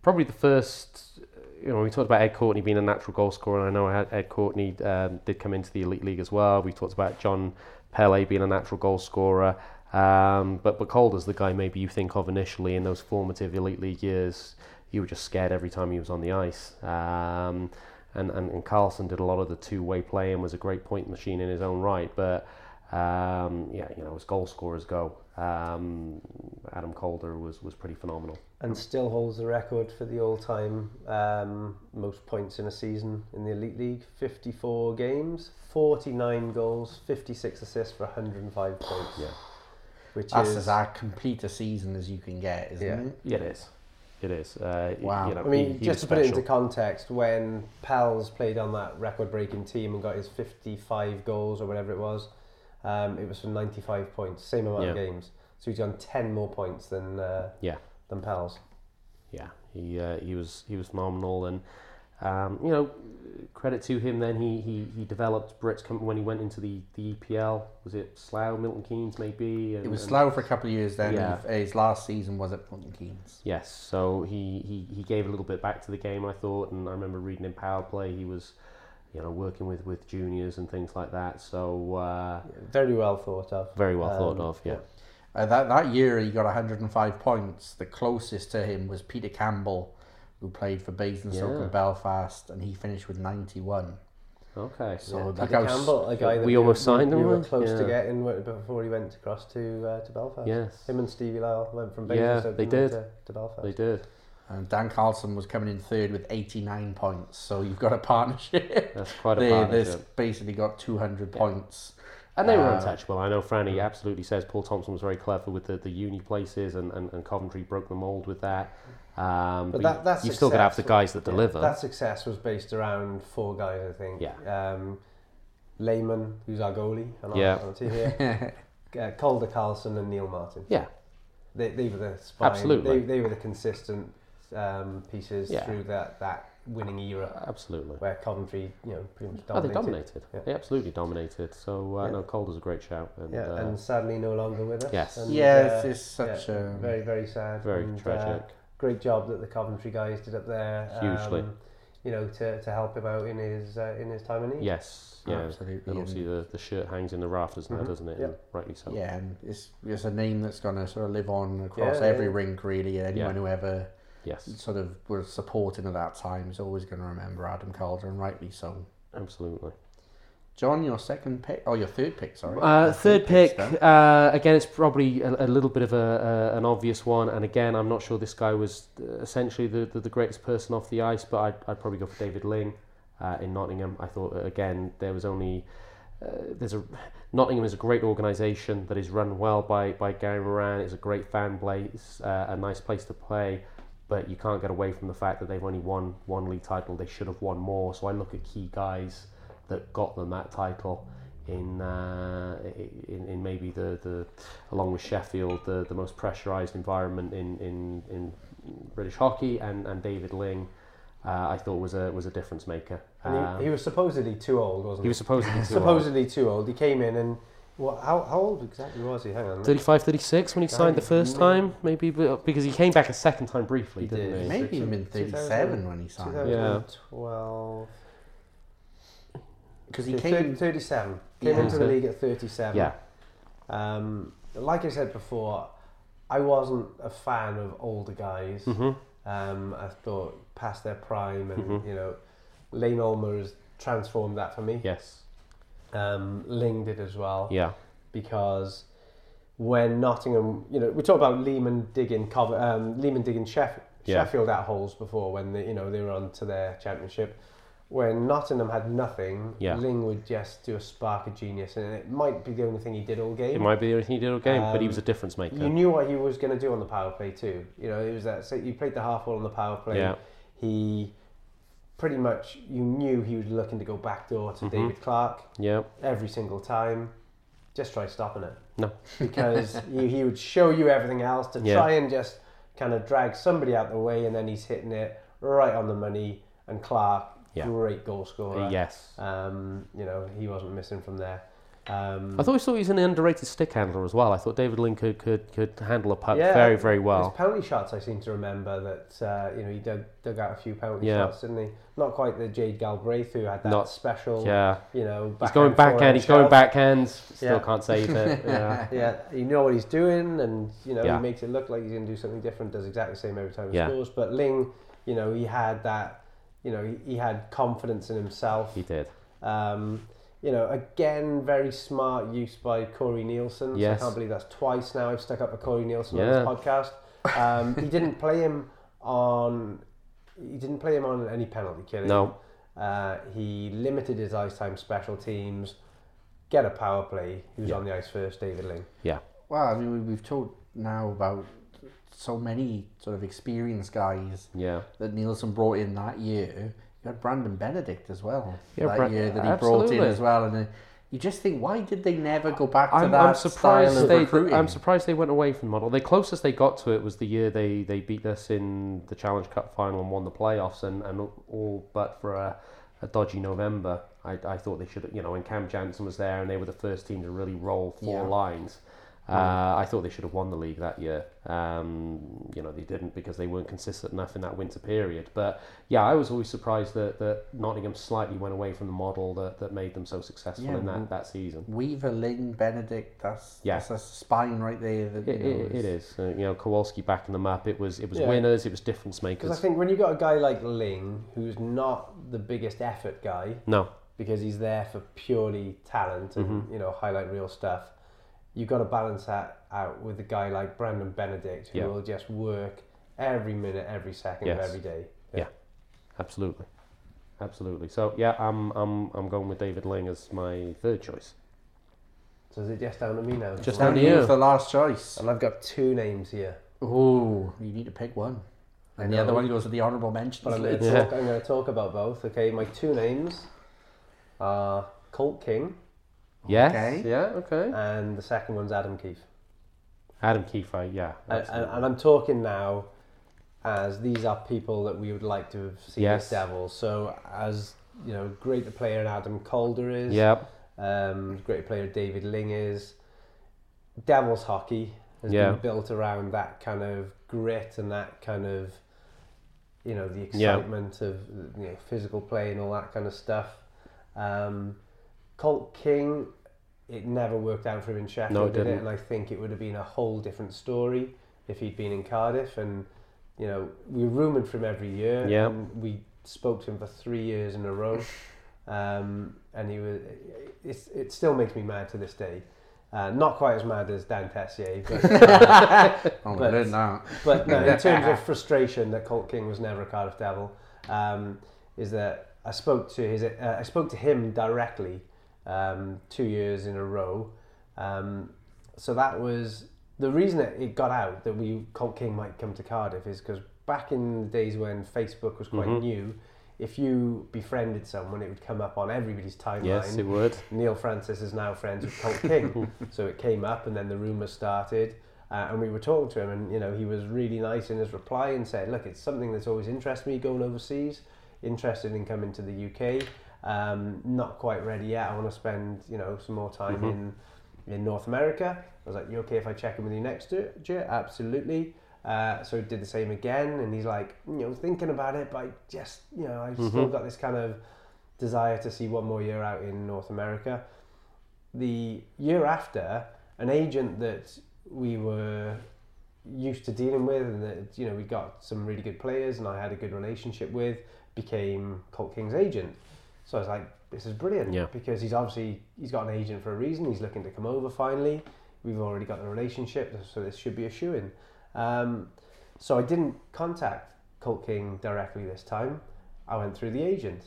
S3: probably the first. You know, we talked about Ed Courtney being a natural goal scorer, and I know Ed- Ed Courtney um, did come into the elite league as well. We talked about John Pele being a natural goal scorer, um, but but Calder's the guy maybe you think of initially in those formative elite league years. You were just scared every time he was on the ice. Um, and, and, and Carlson did a lot of the two way play and was a great point machine in his own right. But um, yeah, you know, as goal scorers go, um, Adam Calder was, was pretty phenomenal.
S2: and still holds the record for the all-time um, most points in a season in the elite league 54 games 49 goals 56 assists for 105 points
S3: Yeah.
S2: which
S1: That's
S2: is
S1: as our complete a season as you can get, isn't
S2: Yeah.
S1: it?
S3: Yeah, It is. It is. Uh, y-
S1: Wow.
S3: You know,
S2: I mean,
S3: he- he
S2: just to
S3: was
S2: put it
S3: special.
S2: into context, when Pals played on that record-breaking team and got his 55 goals or whatever it was, um, it was for 95 points, same amount of
S3: Yeah.
S2: games. So he's got 10 more points than uh,
S3: Yeah.
S2: than Pals.
S3: yeah, he uh, he was he was phenomenal, and um, you know, credit to him. Then he he, he developed Brits com- when he went into the, the EPL. Was it Slough, Milton Keynes, maybe? And,
S1: It was
S3: and-
S1: slow for a couple of years then.
S3: Yeah.
S1: and His last season was at Milton Keynes.
S3: Yes, so he, he, he gave a little bit back to the game, I thought, and I remember reading in Power Play he was, you know, working with, with juniors and things like that. So uh,
S2: Very well thought of.
S3: very well thought
S2: Um,
S3: of, yeah.
S1: Uh, that, that year he got 105 points. The closest to him was Peter Campbell, who played for Basingstoke
S3: Yeah.
S1: and Belfast, and he finished with 91.
S3: Okay,
S1: So
S2: Yeah,
S1: that
S2: Peter
S1: goes-
S2: Campbell, a guy that
S3: we almost signed
S2: we
S3: him,
S2: were
S3: right?
S2: close to
S3: Yeah.
S2: getting w- before he went across to uh, to Belfast.
S3: Yes.
S2: Him and Stevie Lyle went from
S3: Yeah,
S2: Basingstoke
S3: they
S2: didn't they,
S3: did.
S2: to, to Belfast.
S3: they did.
S1: And Dan Carlson was coming in third with 89 points. So you've got a partnership.
S3: That's quite a
S1: They,
S3: partnership.
S1: they've basically got 200 points.
S3: And they were
S1: Uh,
S2: Um,
S3: untouchable. I know Franny absolutely says Paul Thompson was very clever with the, the uni places, and, and, and Coventry broke the mold with that. Um,
S2: But
S3: but,
S2: that- that's
S3: you, have still got to have the
S2: successful.
S3: guys that deliver.
S2: That success was based around four guys, I think.
S3: Yeah.
S2: Um, Lehman, who's our goalie, and
S3: Yeah.
S2: our penalty here. uh, Calder Carlson and Neil Martin.
S3: yeah,
S2: They, they were the spine.
S3: Absolutely.
S2: They, they were the consistent um, pieces
S3: Yeah.
S2: through that, that winning era
S3: absolutely.
S2: where Coventry, you know, pretty much
S3: Oh, they
S2: dominated.
S3: dominated.
S2: Yeah.
S3: They absolutely dominated. So uh,
S2: Yeah.
S3: no, Calder's a great shout. And,
S2: Yeah,
S3: uh,
S2: and sadly no longer with us.
S3: Yes.
S2: And,
S1: Yeah,
S2: uh,
S1: it's, it's such
S2: yeah,
S1: a.
S2: very very sad.
S3: very
S2: and, uh,
S3: tragic.
S2: great job that the Coventry guys did up there.
S3: Hugely.
S2: um, you know, to, to help him out in his uh, in his time of need.
S3: yes, yeah.
S1: Absolutely.
S3: And obviously the, the shirt hangs in the rafters now,
S2: Mhm.
S3: doesn't it?
S2: Yeah.
S3: And rightly so.
S1: Yeah, and it's it's a name that's gonna sort of live on across
S2: Yeah,
S1: every
S2: yeah.
S1: rink really. Anyone
S3: Yeah.
S1: who ever
S3: Yes,
S1: sort of was supporting at that time is always gonna remember Adam Calder and rightly so.
S3: absolutely.
S1: John, your second pick or your third pick, sorry.
S3: Uh,
S1: Your
S3: third
S1: pick's
S3: pick,
S1: done.
S3: uh, again, it's probably a, a little bit of a, a, an obvious one. And again, I'm not sure this guy was uh, essentially the, the, the greatest person off the ice, but I'd, I'd probably go for David Ling uh, in Nottingham. I thought, uh, again, there was only. Uh, there's a Nottingham is a great organisation that is run well by, by Gary Moran. It's a great fan place, uh, a nice place to play, but you can't get away from the fact that they've only won one league title. They should have won more. So I look at key guys that got them that title in uh, in, in maybe the, the along with Sheffield the, the most pressurised environment in, in, in British hockey and, and David Ling uh, I thought was a was a difference maker.
S2: And
S3: Um,
S2: he, he was supposedly too old, wasn't he?
S3: he was supposedly too old.
S2: supposedly too old. He came in and what? How, how old exactly was he? Hang on.
S3: 35, 36 when he signed the first time, maybe but- because he came back a second time briefly,
S2: He
S3: didn't
S2: did.
S3: he?
S1: Maybe even
S2: 2000
S1: 37 when he signed.
S2: 2012.
S1: Because he
S2: Thir-
S1: came
S2: 37. Came
S1: Yeah.
S2: into the league at 37.
S3: Yeah,
S2: Um, like I said before, I wasn't a fan of older guys.
S3: Mm-hmm.
S2: Um, I thought past their prime, and you know, Lane Olmer has transformed that for me.
S3: yes,
S2: Um, Ling did as well.
S3: yeah,
S2: because when Nottingham, you know, we talked about Lehman digging cover, um, Lehman digging Sheff-
S3: Yeah.
S2: Sheffield out holes before when they, you know they were on to their championship. when Nottingham had nothing,
S3: Yeah.
S2: Ling would just do a spark of genius, and it might be the only thing he did all game.
S3: It might be the only thing he did all game, but he was a
S2: Um,
S3: difference maker.
S2: You knew what he was going to do on the power play too. You know, it was that. So you played the half wall on the power play.
S3: Yeah.
S2: He pretty much you knew he was looking to go backdoor
S3: Mm-hmm.
S2: to David Clark
S3: yeah,
S2: every single time. Just try stopping it
S3: no,
S2: because he, he would show you everything else to
S3: Yeah.
S2: try and just kind of drag somebody out the way, and then he's hitting it right on the money. And Clark,
S3: Yeah.
S2: great goal scorer.
S3: yes.
S2: Um, you know, he wasn't missing from there. Um,
S3: I thought he was an underrated stick handler as well. I thought David Lynn could, could, could handle a puck
S2: Yeah.
S3: very, very
S2: His
S3: well.
S2: penalty shots, I seem to remember that uh, you know he dug, dug out a few penalty
S3: Yeah.
S2: shots, didn't he? Not quite the Jade Galbraith who had that
S3: Not-
S2: special,
S3: Yeah.
S2: you know.
S3: He's going backhand,
S2: forehand
S3: he's going
S2: shot.
S3: backhand, still
S2: Yeah.
S3: can't save it. Yeah.
S2: Yeah, you know what he's doing, and you know
S3: Yeah.
S2: he makes it look like he's going to do something different. Does exactly the same every time he
S3: Yeah.
S2: scores. But Ling, you know, he had that, you know, he, he had confidence in himself.
S3: He did.
S2: Um, you know, again, very smart use by Corey Nielsen. So
S3: Yes.
S2: I can't believe that's twice now I've stuck up for Corey Nielsen
S3: Yeah.
S2: on this podcast. Um, he didn't play him on. He didn't play him on any penalty killing.
S3: No.
S2: Uh, he limited his ice time special teams. Get a power play. He was
S3: Yeah.
S2: on the ice first, David Ling.
S3: Yeah.
S1: Well, I mean, we- we've talked now about so many sort of experienced guys
S3: Yeah.
S1: that Nielsen brought in that year. You had Brandon Benedict as well
S3: Yeah,
S1: that
S3: Bran-
S1: year that he brought in
S3: absolutely.
S1: as well, and then you just think, why did they never go back to
S3: I'm,
S1: that
S3: I'm
S1: style
S3: surprised
S1: of
S3: they.
S1: recruiting?
S3: I'm surprised they went away from the model. The closest they got to it was the year they, they beat us in the Challenge Cup final and won the playoffs, and, and all but for a, a dodgy November. I, I thought they should, you know, when Cam Jansen was there and they were the first team to really roll four
S1: Yeah. Mm.
S3: lines. Uh, I thought they should have won the league that year. Um, you know, they didn't because they weren't consistent enough in that winter period. But yeah, I was always surprised that, that Nottingham slightly went away from the model that, that made them so successful
S1: Yeah,
S3: in
S1: well-
S3: that, that season.
S1: Weaver, Ling, Benedict. That's
S3: Yeah.
S1: that's a spine right there. That,
S3: It,
S1: you know,
S3: it, it is. Uh, you know, Kowalski back in the map. It was it was
S2: Yeah.
S3: winners. It was difference
S2: Because I
S3: makers.
S2: think when you've got a guy like Ling, who's not the biggest effort guy,
S3: No,
S2: because he's there for purely talent and
S3: Mm-hmm.
S2: you know highlight real stuff. You've got to balance that out with a guy like Brandon Benedict, who
S3: Yeah.
S2: will just work every minute, every second
S3: Yes.
S2: of every day.
S3: absolutely, absolutely. So yeah, I'm I'm I'm going with David Ling as my third choice.
S2: So is it just down to me now?
S3: Just
S1: Down
S3: down to
S1: to you
S3: you.
S1: for the last choice.
S2: and I've got two names here,
S1: Ooh, you need to pick one, and the
S2: know.
S1: other one goes to the honourable mentions
S2: but I'm going,
S1: list.
S2: to
S3: Yeah.
S2: talk, I'm going to talk about both. Okay, my two names are Colt King,
S3: Yes.
S1: Okay.
S3: Yeah. Okay.
S2: and the second one's Adam Keefe.
S3: Adam Keefe. Yeah.
S2: And, and,
S3: absolutely.
S2: and I'm talking now as these are people that we would like to have seen
S3: Yes.
S2: as Devils. So as you know, great the player Adam Calder is.
S3: yeah.
S2: Um, great player David Ling is. Devils hockey has
S3: Yeah.
S2: been built around that kind of grit and that kind of, you know, the
S3: Yeah.
S2: excitement of you know physical play and all that kind of stuff. Um, Colt King, it never worked out for him in Sheffield,
S3: No, it
S2: did
S3: didn't.
S2: it? And I think it would have been a whole different story if he'd been in Cardiff. And you know, we rumoured from every year.
S3: Yeah.
S2: and we spoke to him for three years in a row. Um, and he was. It's, it still makes me mad to this day. Uh, not quite as mad as Dan Tessier, but,
S1: Oh, we
S2: But-
S1: learned that.
S2: but no, in terms of frustration that Colt King was never a Cardiff Devil, um, is that I spoke to his uh, I spoke to him directly um, two years in a row. Um, so that was the reason that it got out that we Colt King might come to Cardiff is because back in the days when Facebook was quite new, if you befriended someone, it would come up on everybody's timeline.
S3: Yes, it would.
S2: Neil Francis is now friends with Colt King. so it came up, and then the rumours started. Uh, and we were talking to him, and you know he was really nice in his reply and said, "Look, it's something that's always interested me going overseas. Interested in coming to the UK. Um, not quite ready yet. I want to spend you know some more time in in North America." I was like, "You okay if I check in with you next year? Absolutely." Uh, so did the same again, and he's like, you know, thinking about it, but I just, you know, I've still got this kind of desire to see one more year out in North America. The year after, an agent that we were used to dealing with, and that you know we got some really good players, and I had a good relationship with, became Colt King's agent. So I was like, this is brilliant
S3: Yeah.
S2: because he's obviously he's got an agent for a reason. He's looking to come over finally. We've already got the relationship, so this should be a shoe in. Um, so I didn't contact Colt King directly this time. I went through the agent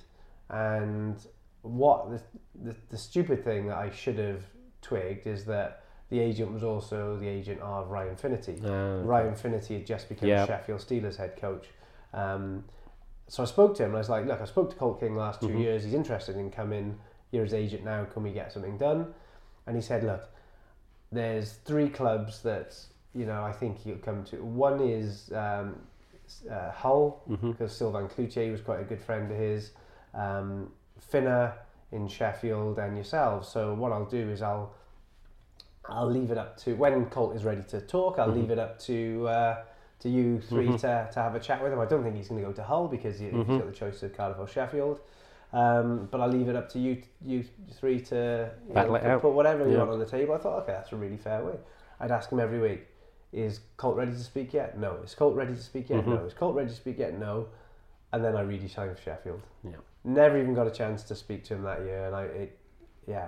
S2: And what the, the, the stupid thing that I should have twigged is that the agent was also the agent of Ryan Finity.
S3: Uh,
S2: Ryan Finity had just become
S3: Yeah.
S2: Sheffield Steelers head coach. Um, so I spoke to him and I was like, look, I spoke to Colt King last 2 years. He's interested in coming. You're his agent now. Can we get something done? And he said, look, there's three clubs that, you know, I think he'll come to. One is um, s- uh, Hull, because Sylvain Cloutier was quite a good friend of his. Um, Finner in Sheffield and yourselves. So what I'll do is I'll I'll leave it up to when Colt is ready to talk. I'll
S3: Mm-hmm.
S2: leave it up to uh, to you 3 to, to have a chat with him. I don't think he's going to go to Hull because he,
S3: Mm-hmm.
S2: he's got the choice of Cardiff or Sheffield. Um, but I'll leave it up to you you three to you
S3: Battle it
S2: put,
S3: out.
S2: put whatever you
S3: Yeah.
S2: want on the table. I thought, okay, that's a really fair way. I'd ask him every week, is Colt ready to speak yet? No. Is Colt ready to speak
S3: Mm-hmm.
S2: yet? No. Is Colt ready to speak yet? No. And then I really signed for Sheffield.
S3: Yeah.
S2: Never even got a chance to speak to him that year, and I it, yeah.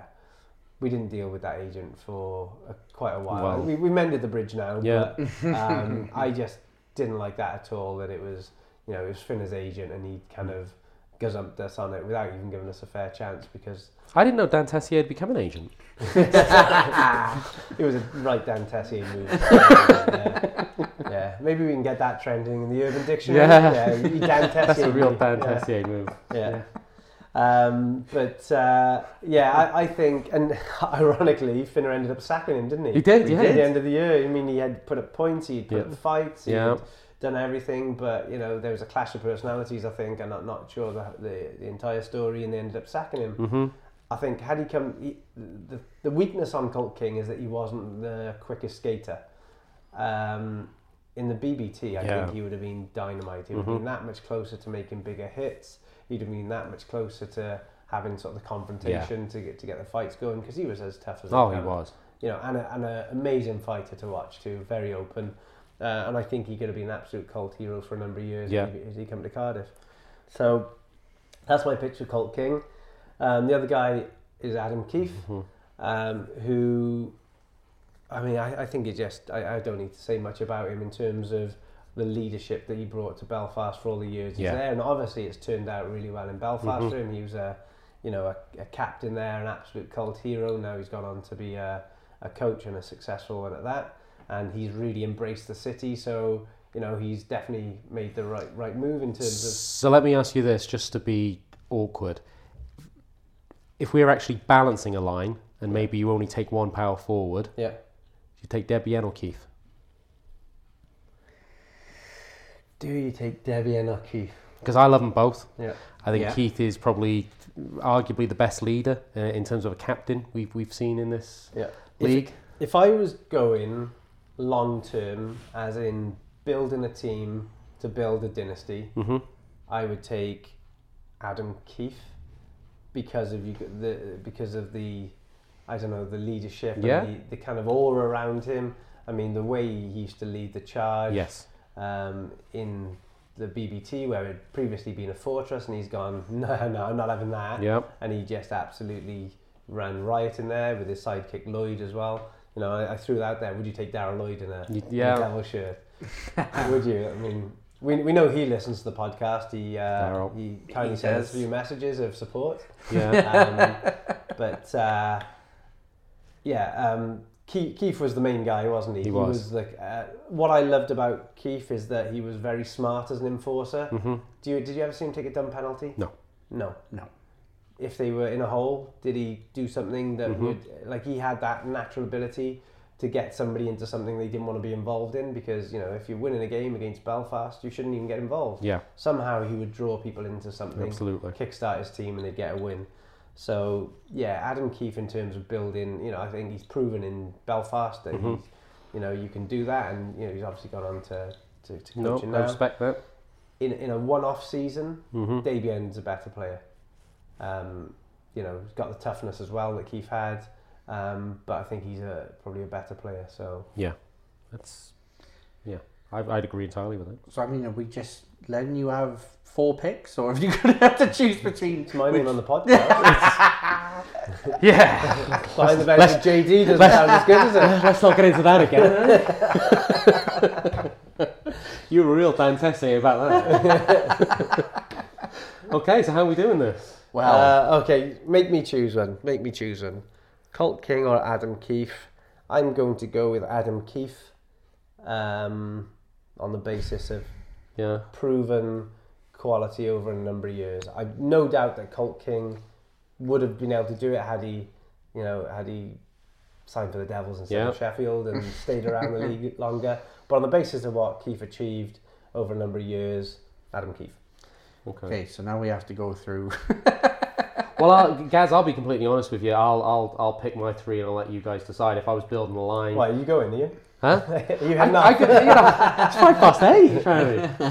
S2: We didn't deal with that agent for a, quite a while.
S3: Wow.
S2: We, we mended the bridge now,
S3: Yeah.
S2: but um, I just didn't like that at all. That it was, you know, it was Finner's agent, and he kind
S3: Mm.
S2: of gazumped us on it without even giving us a fair chance because
S3: I didn't know Dan Tessier had become an agent.
S2: it was a right Dan Tessier move. yeah. Yeah. maybe we can get that trending in the Urban Dictionary.
S3: Yeah.
S2: you Dan Tessier.
S3: That's a real
S2: move.
S3: Dan
S2: Yeah.
S3: Tessier move.
S2: yeah. Um, but uh, yeah, I, I think, and ironically, Finner ended up sacking him, didn't he?
S3: He did,
S2: He
S3: yeah.
S2: did at the end of the year. I mean, he had put up points, he had put
S3: Yeah.
S2: up fights, he
S3: Yeah.
S2: had done everything, but you know, there was a clash of personalities, I think, and I'm not sure the, the, the entire story, and they ended up sacking him.
S3: Mhm.
S2: I think had he come, he, the, the weakness on Colt King is that he wasn't the quickest skater. Um, in the BBT, I
S3: Yeah. Mm-hmm.
S2: think he would have been dynamite. He would have been that much closer to making bigger hits. He'd have been that much closer to having sort of the confrontation to get to get the fights going because he was as tough as they
S3: Oh, he
S2: come
S3: was.
S2: you know, and a- and an amazing fighter to watch too, very open. Uh, and I think he could have been an absolute cult hero for a number of years
S3: Yeah.
S2: as, he, as he come to Cardiff. So that's my pitch for Colt King. Um, the other guy is Adam Keefe,
S3: Mm-hmm.
S2: um, who, I mean, I, I think it just, I, I don't need to say much about him in terms of the leadership that he brought to Belfast for all the years he's
S3: Yeah. Mm-hmm.
S2: there. And obviously it's turned out really well in Belfast for him. He was a, you know, a, a captain there, an absolute cult hero. Now he's gone on to be a, a coach and a successful one at that. And he's really embraced the city. So, you know, he's definitely made the right right move in terms
S3: So let me ask you this, just to be awkward. If we are actually balancing a line, and maybe you only take one power forward,
S2: of. Yeah.
S3: do you take Debian or Keith?
S2: Do you take Debbie and O'Keefe?
S3: Because I love them both.
S2: Yeah.
S3: I think
S2: Yeah.
S3: Keith is probably arguably the best leader uh, in terms of a captain we've we've seen in this
S2: Yeah.
S3: league.
S2: If I was going long term, as in building a team to build a dynasty,
S3: hmm
S2: I would take Adam Keefe because of you the because of the I don't know the leadership
S3: Yeah.
S2: and the, the kind of aura around him. I mean the way he used to lead the charge
S3: Yes.
S2: um, in the BBT where it had previously been a fortress and he's gone no no I'm not having that
S3: Yeah.
S2: and he just absolutely ran riot in there with his sidekick Lloyd as well. You know I, I threw that there. Would you take Darren Lloyd in a in
S3: Y-
S2: a
S3: yeah.
S2: devil shirt? Would you? I mean, we, we know he listens to the podcast. He uh,
S3: Daryl.
S2: he kindly
S1: He
S2: sends us a
S1: does.
S2: few messages of support.
S3: Yeah.
S2: Um, but uh, yeah, um, Keith, Keith was the main guy, wasn't he?
S3: He was.
S2: the, uh, what I loved about Keith is that he was very smart as an enforcer.
S3: hmm
S2: Do you, did you ever see him take a dumb penalty?
S3: No.
S2: No.
S1: No.
S2: If they were in a hole, did he do something that
S3: Mhm.
S2: would like he had that natural ability to get somebody into something they didn't want to be involved in because you know if you're winning a game against Belfast, you shouldn't even get involved.
S3: Yeah.
S2: Somehow he would draw people into something,
S3: Absolutely.
S2: kickstart his team, and they'd get a win. So yeah, Adam Keefe in terms of building, you know, I think he's proven in Belfast that
S3: Mhm.
S2: he's, you know, you can do that, and you know he's obviously gone on to to, to
S3: No,
S2: coaching
S3: I
S2: now
S3: respect that.
S2: in, in a one-off season,
S3: hmm
S2: Debian's a better player. Um, you know, he's got the toughness as well that Keith had, um, but I think he's a, probably a better player. So
S3: That's yeah. I, I'd agree entirely with it.
S1: So I mean, are we just letting you have four picks, or are you going to have to choose between?
S2: it's my name on the podcast.
S3: Yeah.
S2: Behind the bench, with JD doesn't sound as good, does it?
S3: Let's not get into that again. you were real Dan Tessier about that. Okay, so how are we doing this?
S1: Well,
S2: Uh, okay, make me choose one. Make me choose one. Colt King or Adam Keefe? I'm going to go with Adam Keefe um, on the basis of
S3: Yeah.
S2: proven quality over a number of years. I've no doubt that Colt King would have been able to do it had he, you know, had he signed for the Devils instead of
S3: Yeah.
S2: Sheffield and stayed around the league longer. But on the basis of what Keefe achieved over a number of years, Adam Keefe.
S3: Okay.
S1: okay, so now we have to go through.
S3: Well, I'll, Gaz, I'll be completely honest with you. I'll, I'll, I'll pick my three and I'll let you guys decide. If I was building a line,
S2: Why are you going? Are you?
S3: huh?
S2: you
S3: I,
S2: had enough.
S3: I could, you know, it's five past eight. apparently.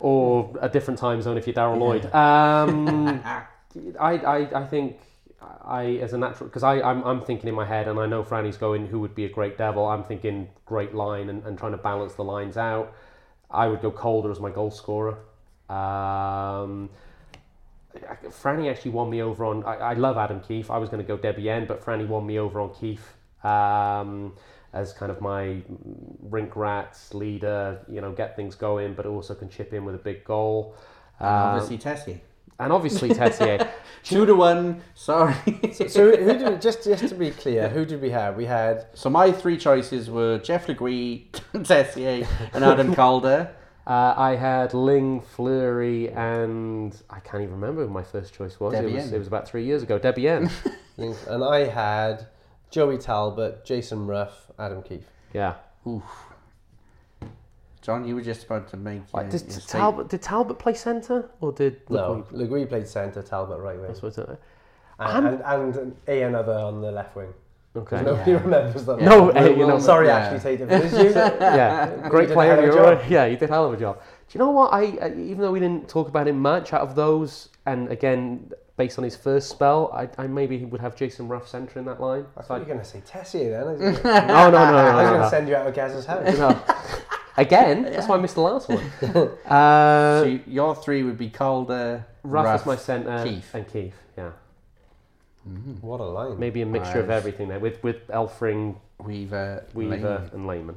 S3: or a different time zone if you're Daryl Lloyd. Um, I, I, I think I, as a natural, because I'm, I'm thinking in my head, and I know Franny's going, who would be a great devil? I'm thinking great line and, and trying to balance the lines out. I would go Calder as my goal scorer. Um, Franny actually won me over on. I, I love Adam Keefe. I was going to go Debbie N, but Franny won me over on Keefe um, as kind of my rink rats leader. You know, get things going, but also can chip in with a big goal. Um,
S1: obviously, Tessie.
S3: and obviously Tessier.
S1: Two to one. Sorry.
S2: so who do we, just just to be clear, who did we have? We had
S1: so my three choices were Jeff Legree, Tessier, and Adam Calder.
S3: Uh, I had Ling, Fleury, and I can't even remember who my first choice was. It was,
S1: Debienne.
S3: it was about three years ago. Debbie N.
S2: and I had Joey Talbot, Jason Ruff, Adam Keefe.
S3: yeah.
S1: John, you were just about to make.
S3: Like,
S1: your-
S3: did,
S1: your
S3: did
S1: state-
S3: Talbot did Talbot play centre or did
S2: No, Legree played centre, Talbot right wing,
S3: Was it-
S2: and, and, and, a another on the left wing.
S3: Okay.
S2: Nobody remembers that.
S3: No,
S2: one.
S3: eh, you know-
S2: sorry,
S1: Yeah.
S2: Ashley Tatum. It was you that-
S3: yeah,
S2: You
S3: great
S2: did a
S3: player.
S2: hell of a
S3: you were-
S2: job.
S3: yeah, you did a hell of a job. Do you know what? I I- even though we didn't talk about him much out of those, and again based on his first spell, I, I maybe would have Jason Ruff centre in that line.
S2: I
S3: So
S2: thought
S3: I-
S2: you were going to say Tessie then. I was going
S3: no, no, no, no, no,
S2: to
S3: no.
S2: send you out of Gaz's house.
S3: No. Again, that's why I missed the last one. Uh,
S1: So you- your three would be Calder,
S3: Ruff,
S1: Ruff,
S3: is my centre,
S1: Keefe.
S3: and Keith. Yeah,
S2: What a line!
S3: Mm. maybe a mixture of
S1: Nice.
S3: everything there with with Elfring,
S1: Weaver,
S3: Weaver, and Lehman.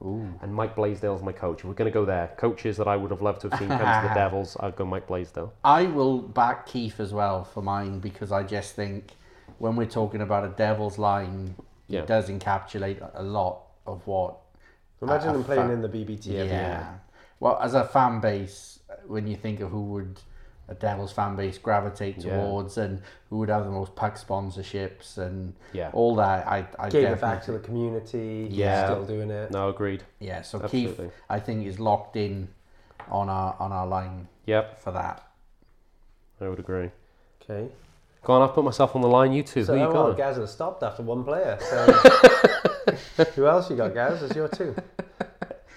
S3: And Mike Blaisdell's my coach. If we're going to go there, coaches that I would have loved to have seen come to the Devils, I'd go Mike Blaisdell.
S1: I will back Keith as well for mine because I just think when we're talking about a Devil's line,
S3: Yeah.
S1: it does encapsulate a lot of what. a-
S2: Imagine
S1: a
S2: them playing
S1: fa-
S2: in the BBT
S1: Yeah.
S2: every year.
S1: Well, as a fan base, when you think of who would a Devils fan base gravitate
S3: Yeah.
S1: towards and who would have the most pack sponsorships and
S3: Yeah.
S1: all that, I, I
S2: Gave it
S1: definitely
S2: back to the community.
S3: Yeah.
S2: still doing it.
S3: No, agreed.
S1: yeah. So
S3: Absolutely.
S1: Keith, I think is locked in on our on our line
S3: Yep,
S1: for that.
S3: I would agree.
S2: Okay.
S3: Go on, I've put myself on the line. You two,
S2: So
S3: who you
S2: that one,
S3: got?
S2: Gaz has stopped after one player. So who else you got, Gaz? It's your two.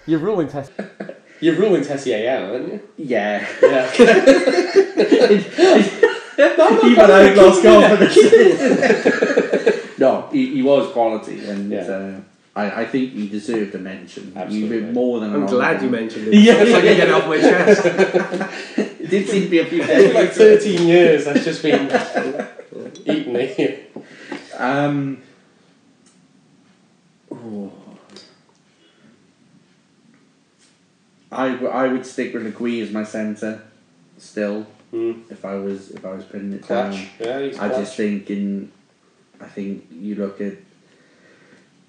S3: You're ruling Tess. You're ruling Tessier out, aren't you?
S1: Yeah.
S4: Even I've lost confidence.
S1: No, he, he was quality, and
S3: Yeah.
S1: uh, I, I think he deserved a mention.
S3: Absolutely.
S1: He did more than an honourable
S2: mentioned it. Yeah, so I can get it off my chest.
S1: mention. It did seem to be a few days.
S3: like 13 years, I've just been eating it.
S1: Um, oh. I, w- I would stick with Legui as my centre, still.
S3: Mm.
S1: If I was if I was putting it down,
S3: Yeah, he's
S1: I just think in, I think you look at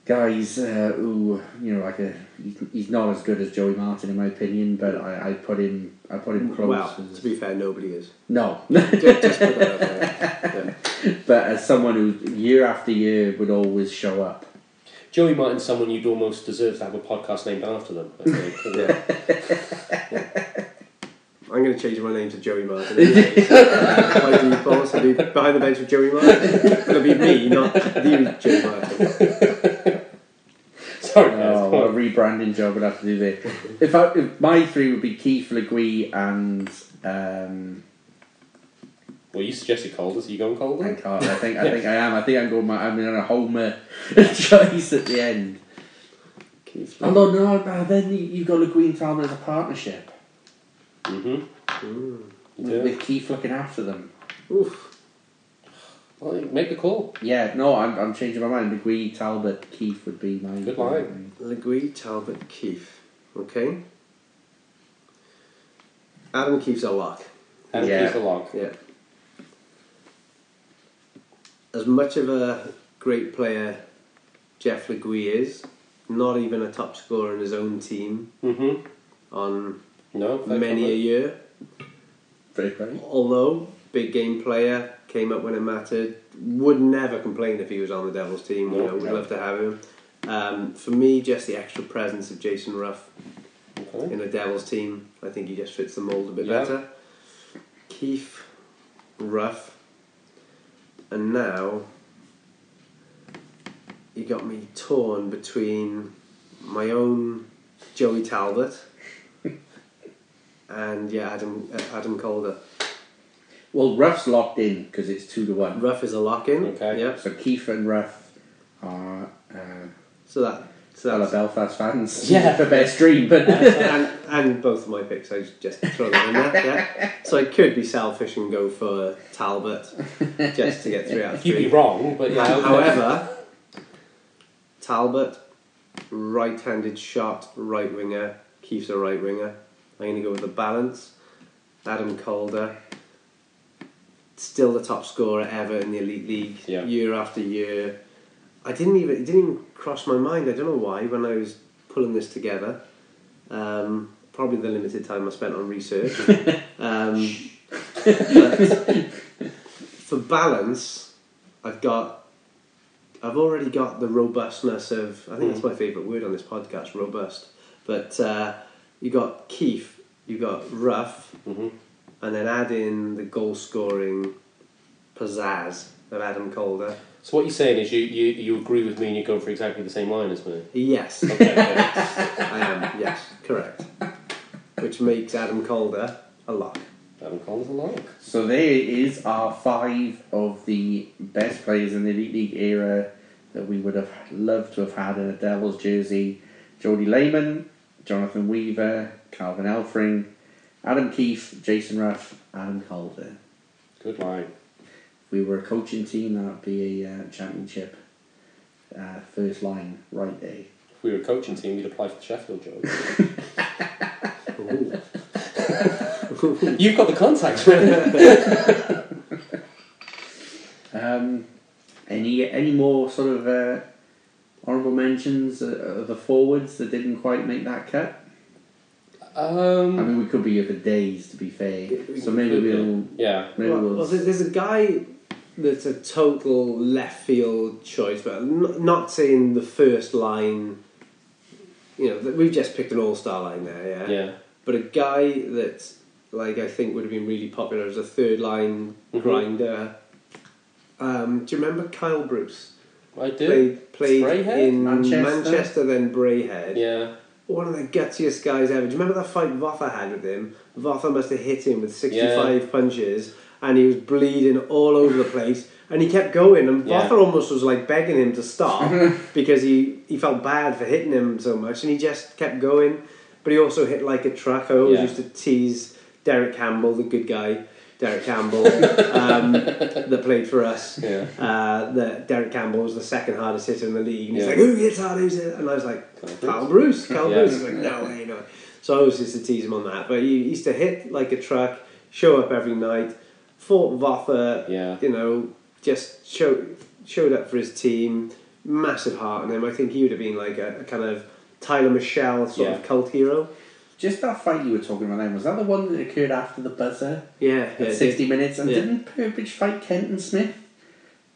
S1: guys uh, who you know like a he's- he's not as good as Joey Martin in my opinion, but I, I put him I put him close. as-
S4: be fair, nobody is.
S1: no,
S4: Just, just put that out there.
S1: but as someone who year after year would always show up.
S3: Joey Martin's someone you'd almost deserve to have a podcast named after them. I think.
S4: Yeah. I'm going to change my name to Joey Martin. anyway. By default, so I'll be behind the bench with Joey Martin. It'll be me, not the Joey Martin.
S3: Sorry, guys.
S1: Oh,
S3: come
S1: what a
S3: on.
S1: rebranding job I'd have to do there. if, I, if my three would be Keith Legui and um,
S3: Well, you suggested Calder, so you going Calder?
S1: and Carter. I think I think I am. I think I'm going. My, I'm in a Homer choice at the end.
S4: Keith Lee.
S1: Although no, no, then you- you've got Legree and Talbot as a partnership
S3: Mm-hmm.
S4: Ooh.
S1: with, with Keith looking after them.
S4: Oof.
S3: Well, make the call.
S1: Yeah, no, I'm, I'm changing my mind. Legree, Talbot, Keith would be my
S3: Good line.
S4: Legui, Talbot, Keefe. Okay? Adam Keefe's our lock.
S3: and
S1: Yeah.
S3: he's along.
S2: Yeah. As much of a great player Jeff Legui is, not even a top scorer in his own team
S3: Mm-hmm.
S2: on
S3: No, fair
S2: many a
S3: comment.
S2: year.
S1: Very funny.
S2: Although, big game player, came up when it mattered, would never complain if he was on the Devil's team. You
S3: No,
S2: know, we'd
S3: no.
S2: love to have him. Um, for me, just the extra presence of Jason Ruff
S3: Okay.
S2: in the Devils team. I think he just fits the mould a bit
S3: Yeah.
S2: better. Keith, rough, and now you got me torn between my own Joey Talbot and yeah Adam uh, Adam Calder.
S1: Well, Ruff's locked in because it's two to one.
S2: Ruff is a lock in.
S3: Okay.
S2: Yeah.
S1: So Keith and Ruff are uh,
S2: So that so
S1: fellow
S2: that's
S1: Belfast fans.
S3: Yeah.
S1: the best dream, but
S2: and, and both of my picks, I just throw them in there. Yeah. So I could be selfish and go for Talbot just to get three out of
S3: You'd
S2: three.
S3: be wrong, but yeah. okay.
S2: However, Talbot, right-handed shot, right winger. Keith's a right winger. I'm going to go with the balance. Adam Calder, still the top scorer ever in the elite league,
S3: Yeah.
S2: year after year. I didn't even it didn't even cross my mind. I don't know why when I was pulling this together. Um, probably the limited time I spent on research. um, but for balance, I've got, I've already got the robustness of. I think that's my favourite word on this podcast, robust. But uh, you got Keith, you got Ruff,
S3: Mhm.
S2: and then add in the goal scoring pizzazz of Adam Calder.
S3: so what you're saying is you, you, you agree with me and you're going for exactly the same line as me.
S2: Yes,
S3: Okay, okay.
S2: I am. Yes, correct. Which makes Adam Calder a lock.
S3: Adam Collins along.
S1: so there is our five of the best players in the elite league era that we would have loved to have had in a Devils jersey: Jody Lehman, Jonathan Weaver, Calvin Elfring, Adam Keefe, Jason Ruff, Adam Calder.
S3: Good line.
S1: If we were a coaching team, that would be a uh, championship uh, first line right there.
S3: If we were a coaching team, we'd apply for the Sheffield job.
S2: Ooh.
S3: You've got the contacts, really.
S1: Um, any any more sort of uh, honourable mentions uh, of the forwards that didn't quite make that cut? I
S3: um,
S1: mean, we could be here for days, to be fair. So maybe we'll
S3: yeah.
S1: maybe
S2: Well,
S1: we'll
S2: well, there- there's a guy that's a total left field choice, but I'm not saying the first line. You know, that- we've just picked an all star line there, yeah?
S3: Yeah.
S2: But a guy that, like, I think would have been really popular as a third line
S3: Mhm.
S2: grinder. Um, do you remember Kyle Bruce?
S3: I do.
S2: Played played
S3: Brayhead?
S2: in
S1: Manchester.
S2: Manchester, then Brayhead.
S3: Yeah.
S2: One of the gutsiest guys ever. Do you remember that fight Votha had with him? Votha must have hit him with 65 punches and he was bleeding all over the place and he kept going and
S3: Yeah.
S2: Votha almost was like begging him to stop because he, he felt bad for hitting him so much and he just kept going. But he also hit like a truck. I always
S3: Yeah.
S2: used to tease Derek Campbell, the good guy, Derek Campbell, um, that played for us
S3: Yeah.
S2: uh, that Derek Campbell was the second hardest hitter in the league. And he's
S3: Yeah.
S2: like, who hits hard? Who's it? And I was like, Carl Bruce. Carl
S3: Yeah.
S2: Bruce. He's like, no way, no. way." So I was just to tease him on that. But he used to hit like a truck, show up every night, fought Votha,
S3: Yeah.
S2: you know, just show, showed up for his team. Massive heart in him. I think he would have been like a, a kind of Tyler Michelle sort of
S3: Yeah.
S2: cult hero.
S1: just that fight you were talking about. Then was that the one that occurred after the buzzer
S2: Yeah,
S1: at
S2: yeah.
S1: sixty minutes? And
S2: Yeah.
S1: didn't Purpich fight Kenton Smith?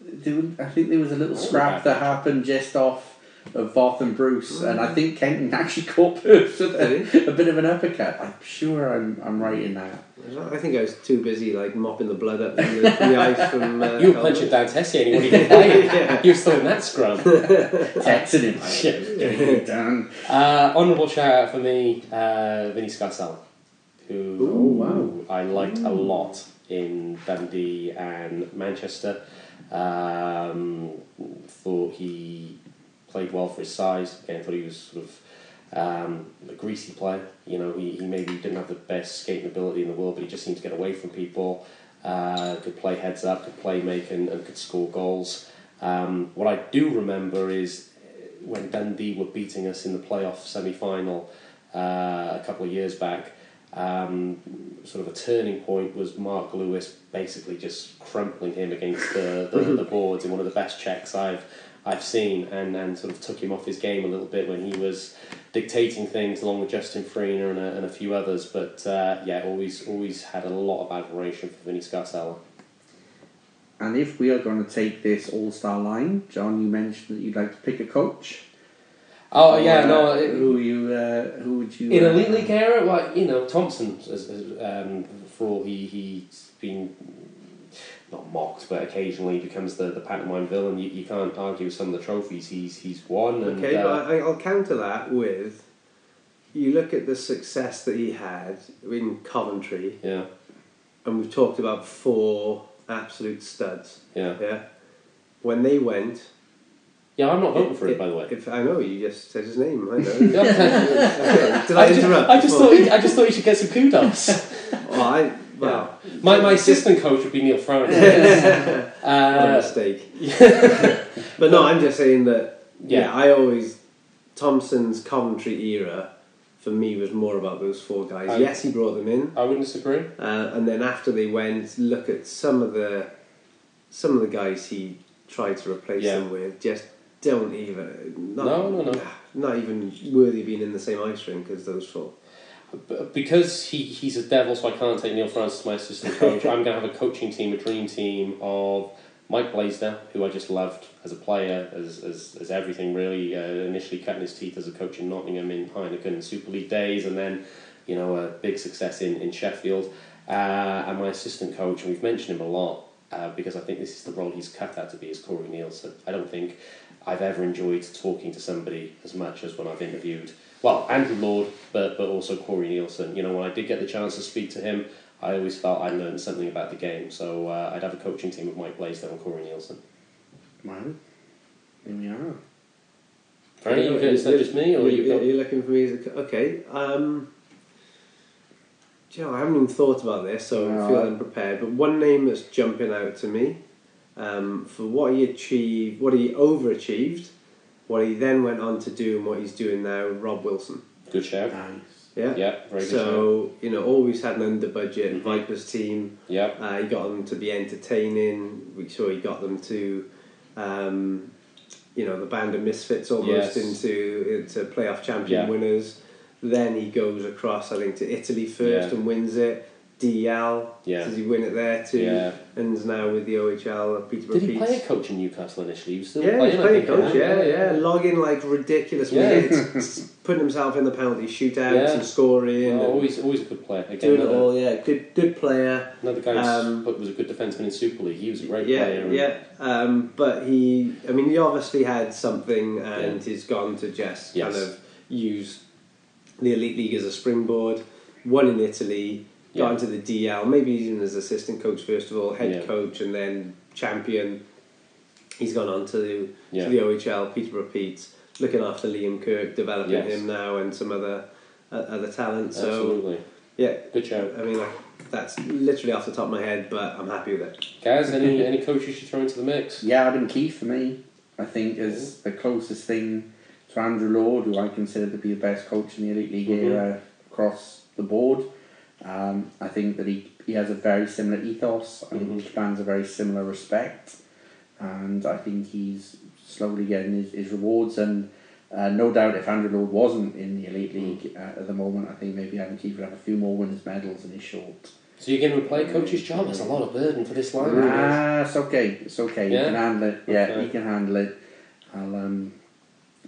S1: There was- I think there was a little
S3: right.
S1: scrap that happened just off. Of Voth and Bruce, and I think Kenton actually caught Purpich with a, a bit of an uppercut. I'm sure I'm, I'm right in that.
S2: I think I was too busy like mopping the blood up from the, from the ice from. Uh,
S3: You were
S2: Carl
S3: punching
S2: Bruce.
S3: Dan Tessier and he wouldn't even play.
S2: Yeah.
S3: You're still in that scrum.
S1: texting him.
S3: Shit.
S1: Shit. Dan.
S3: Uh, honourable shout out for me, uh, Vinny Scarsella, who
S1: Ooh,
S3: I liked a lot in Dundee and Manchester. Um, thought he played well for his size. Again, thought he was sort of um, a greasy player. You know, he, he maybe didn't have the best skating ability in the world, but he just seemed to get away from people. Uh, could play heads up, could play make, and, and could score goals. Um, what I do remember is when Dundee were beating us in the playoff semi final uh, a couple of years back, um, sort of a turning point was Mark Lewis basically just crumpling him against the, the, the boards in one of the best checks I've I've seen, and, and sort of took him off his game a little bit when he was dictating things along with Justin Freener and a, and a few others. But uh, yeah, always always had a lot of admiration for Vinny Scarcella.
S1: And if we are going to take this All Star line, John, you mentioned that you'd like to pick a coach.
S3: Oh yeah,
S1: Uh,
S3: no, it,
S1: who you? Uh, who would you?
S3: In
S1: uh,
S3: Elite League era, well, you know, Thompson, as, as, um, for all he, he's been not mocked, but occasionally becomes the, the pantomime villain. You, you can't argue with some of the trophies he's he's won. And,
S2: Okay,
S3: uh,
S2: but I, I'll counter that with you look at the success that he had in Coventry,
S3: yeah,
S2: and we've talked about four absolute studs.
S3: yeah,
S2: Yeah, when they went,
S3: yeah. I'm not voting for it, by the way.
S2: If, I know you just said his name. I know.
S3: Yeah.
S2: Okay, Did I,
S3: I just,
S2: interrupt?
S3: I just
S2: before?
S3: thought he, I just thought he should get some kudos.
S2: Well, I, well,
S3: My, my assistant coach would be Neil Froning.
S2: what a
S3: uh,
S2: mistake. but no, I'm just saying that. Yeah.
S3: Yeah.
S2: I always Thompson's Coventry era for me was more about those four guys.
S3: I-
S2: yes, he brought them in,
S3: I wouldn't disagree.
S2: uh, and then after they went, look at some of the some of the guys he tried to replace
S3: Yeah.
S2: them with. Just don't even. Not,
S3: No, no, no.
S2: Not even worthy of being in the same ice rink as those four.
S3: B- because he, he's a devil, so I can't take Neil Francis as my assistant coach. I'm going to have a coaching team, a dream team of Mike Blaisdell, who I just loved as a player, as, as, as everything really. Uh, initially cutting his teeth as a coach in Nottingham in Heineken and Super League days, and then you know a big success in, in Sheffield. Uh, and my assistant coach, and we've mentioned him a lot uh, because I think this is the role he's cut out to be, is Corey Nielsen. I don't think I've ever enjoyed talking to somebody as much as when I've interviewed, well, Andrew Lord, but, but also Corey Nielsen. You know, when I did get the chance to speak to him, I always felt I learned something about the game. So uh, I'd have a coaching team with Mike Blaisdell and Corey Nielsen.
S1: Well, here we are.
S3: Franny, you is that just me, or
S2: you,
S3: you've got...
S2: you're looking for me as a co- okay? Um, do you know, I haven't even thought about this, so
S1: No,
S2: I feel
S1: I-
S2: unprepared. But one name that's jumping out to me um, for what he achieved, what he overachieved, what he then went on to do, and what he's doing now, Rob Wilson.
S3: Good shout.
S1: Nice.
S2: Yeah.
S3: Yeah, very good shout.
S2: So you know, always had an under budget
S3: Mhm.
S2: Vipers team.
S3: Yeah,
S2: Uh, he got them to be entertaining. We saw he got them to, um, you know, the band of misfits almost
S3: Yes.
S2: into into playoff champion
S3: Yeah.
S2: winners. Then he goes across, I think, to Italy first
S3: Yeah.
S2: and wins it. DL
S3: Yeah.
S2: does he win it there too?
S3: yeah.
S2: And is now with the OHL at Peterborough
S3: Did he play a
S2: Pete's.
S3: coach in Newcastle initially? He was still
S2: Yeah,
S3: playing,
S2: he's
S3: I
S2: playing
S3: think,
S2: coach. Yeah, yeah,
S3: yeah.
S2: logging like ridiculous
S3: Yeah.
S2: minutes, putting himself in the penalty shootouts
S3: Yeah.
S2: and scoring,
S3: Oh,
S2: and
S3: always, always a good player. Again,
S2: doing it
S3: another-
S2: all. Yeah, good, good player.
S3: Another guy who's-
S2: Um,
S3: but was a good defenseman in Super League. He was a great
S2: yeah,
S3: player. and-
S2: Yeah, um, but he, I mean, he obviously had something and he's gone to just
S3: Yes.
S2: kind of use the Elite League as a springboard. One in Italy, got
S3: Yeah.
S2: into the DL, maybe even as assistant coach first of all, head
S3: Yeah.
S2: coach, and then champion. He's gone on to,
S3: Yeah.
S2: to the OHL, Peterborough Pete's, looking after Liam Kirk, developing
S3: Yes.
S2: him now, and some other uh, other talent. So,
S3: Absolutely.
S2: yeah,
S3: Good shout.
S2: I mean, like, that's literally off the top of my head, but I'm happy with it.
S3: Guys, any, any coach you should throw into the mix?
S1: Yeah, Adam Key for me, I think, is the closest thing to Andrew Lord, who I consider to be the best coach in the Elite League
S3: Mhm.
S1: era across the board. Um, I think that he, he has a very similar ethos. I think he commands a very similar respect. And I think he's slowly getting his, his rewards. And uh, no doubt if Andrew Lord wasn't in the Elite League uh, at the moment, I think maybe Adam Key would have a few more winners' medals in his short.
S3: So you're going to play coach's job? That's a lot of burden for this line. guys.
S1: Ah, it's okay. It's okay.
S3: Yeah?
S1: You can handle it. Yeah,
S3: Okay.
S1: you can handle it. I'll um,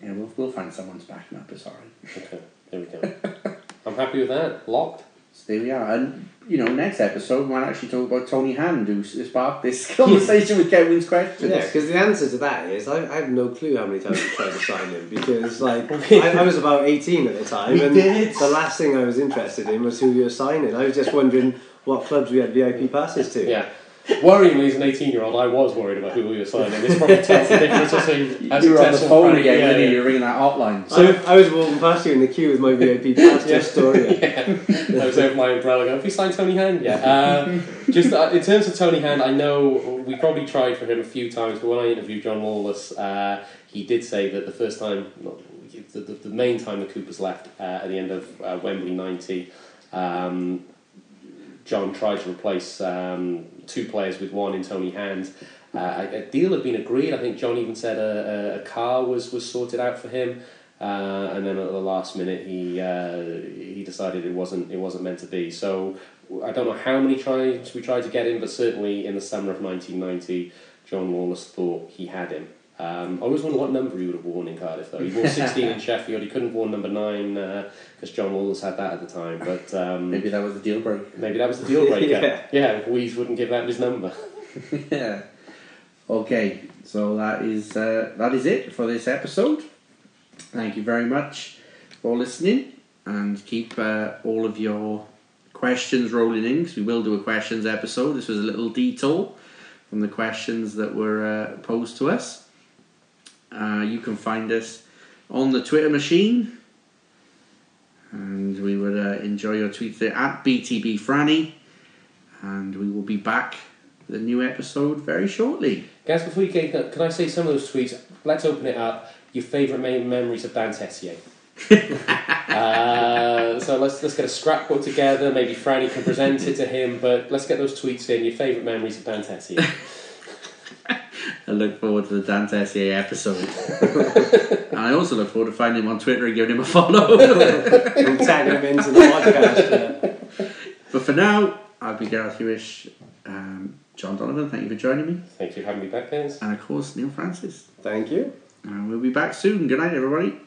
S1: yeah, we'll, we'll find someone to back him up. It's alright.
S3: Okay, there we go. I'm happy with that. Locked.
S1: So there we are. And you know, next episode we might actually talk about Tony Hand, who s- sparked this conversation with Kevin's questions.
S2: Yeah, because the answer to that is I, I have no clue how many times I tried to sign him because like I, I was about eighteen at the time,
S1: We
S2: and
S1: did.
S2: the last thing I was interested in was who you were signing. I was just wondering what clubs we had VIP passes to.
S3: Yeah. Worryingly, as an 18 year old, I was worried about who we were signing. This probably tells the difference between. a
S1: You were on the
S3: successful
S1: phone
S3: Frank-
S1: again,
S3: yeah,
S1: weren't you?
S3: yeah.
S1: You're ringing that hotline.
S2: So I, I was walking past you in the queue with my VIP pass to
S3: Yeah.
S2: Astoria.
S3: I was over my umbrella going, have we signed Tony Hand yet? Uh, just uh, in terms of Tony Hand, I know we probably tried for him a few times, but when I interviewed John Lawless, uh, he did say that the first time, not, the, the, the main time the Coopers left uh, at the end of uh, Wembley 90, Um, John tried to replace um, two players with one in Tony Hand. Uh, a a deal had been agreed. I think John even said a, a, a car was, was sorted out for him. Uh, and then at the last minute, he uh, he decided it wasn't it wasn't meant to be. So I don't know how many tries we tried to get him, but certainly in the summer of 1990, John Lawless thought he had him. Um, I always wonder what number he would have worn in Cardiff, though. He wore 16 in Sheffield. He couldn't wear number 9 because John Lawless had that at the time. But um,
S1: Maybe that was a deal breaker.
S3: maybe that was the deal breaker.
S5: Yeah.
S3: yeah. Weeze wouldn't give out his number.
S1: yeah. Okay, so that is uh, that is it for this episode. Thank you very much for listening, and keep uh, all of your questions rolling in because we will do a questions episode. This was a little detour from the questions that were uh, posed to us. Uh, you can find us on the Twitter machine, and we would uh, enjoy your tweets there at BTB Franny, and we will be back the new episode very shortly.
S3: Guys, before you get can I say some of those tweets? Let's open it up. Your favourite main memories of Dan Tessier. uh, so let's let's get a scrapbook together. Maybe Franny can present it to him. But let's get those tweets in. Your favourite memories of Dan Tessier.
S1: I look forward to the Dan Tessier episode. and I also look forward to finding him on Twitter and giving him a follow.
S2: I'm tagging him into the podcast. yeah.
S1: but for now, I've been Gareth Hewish, um, John Donovan, thank you for joining me,
S3: Thank you for having me back, guys.
S1: and of course, Neil Francis.
S2: Thank you.
S1: And we'll be back soon. Good night, everybody.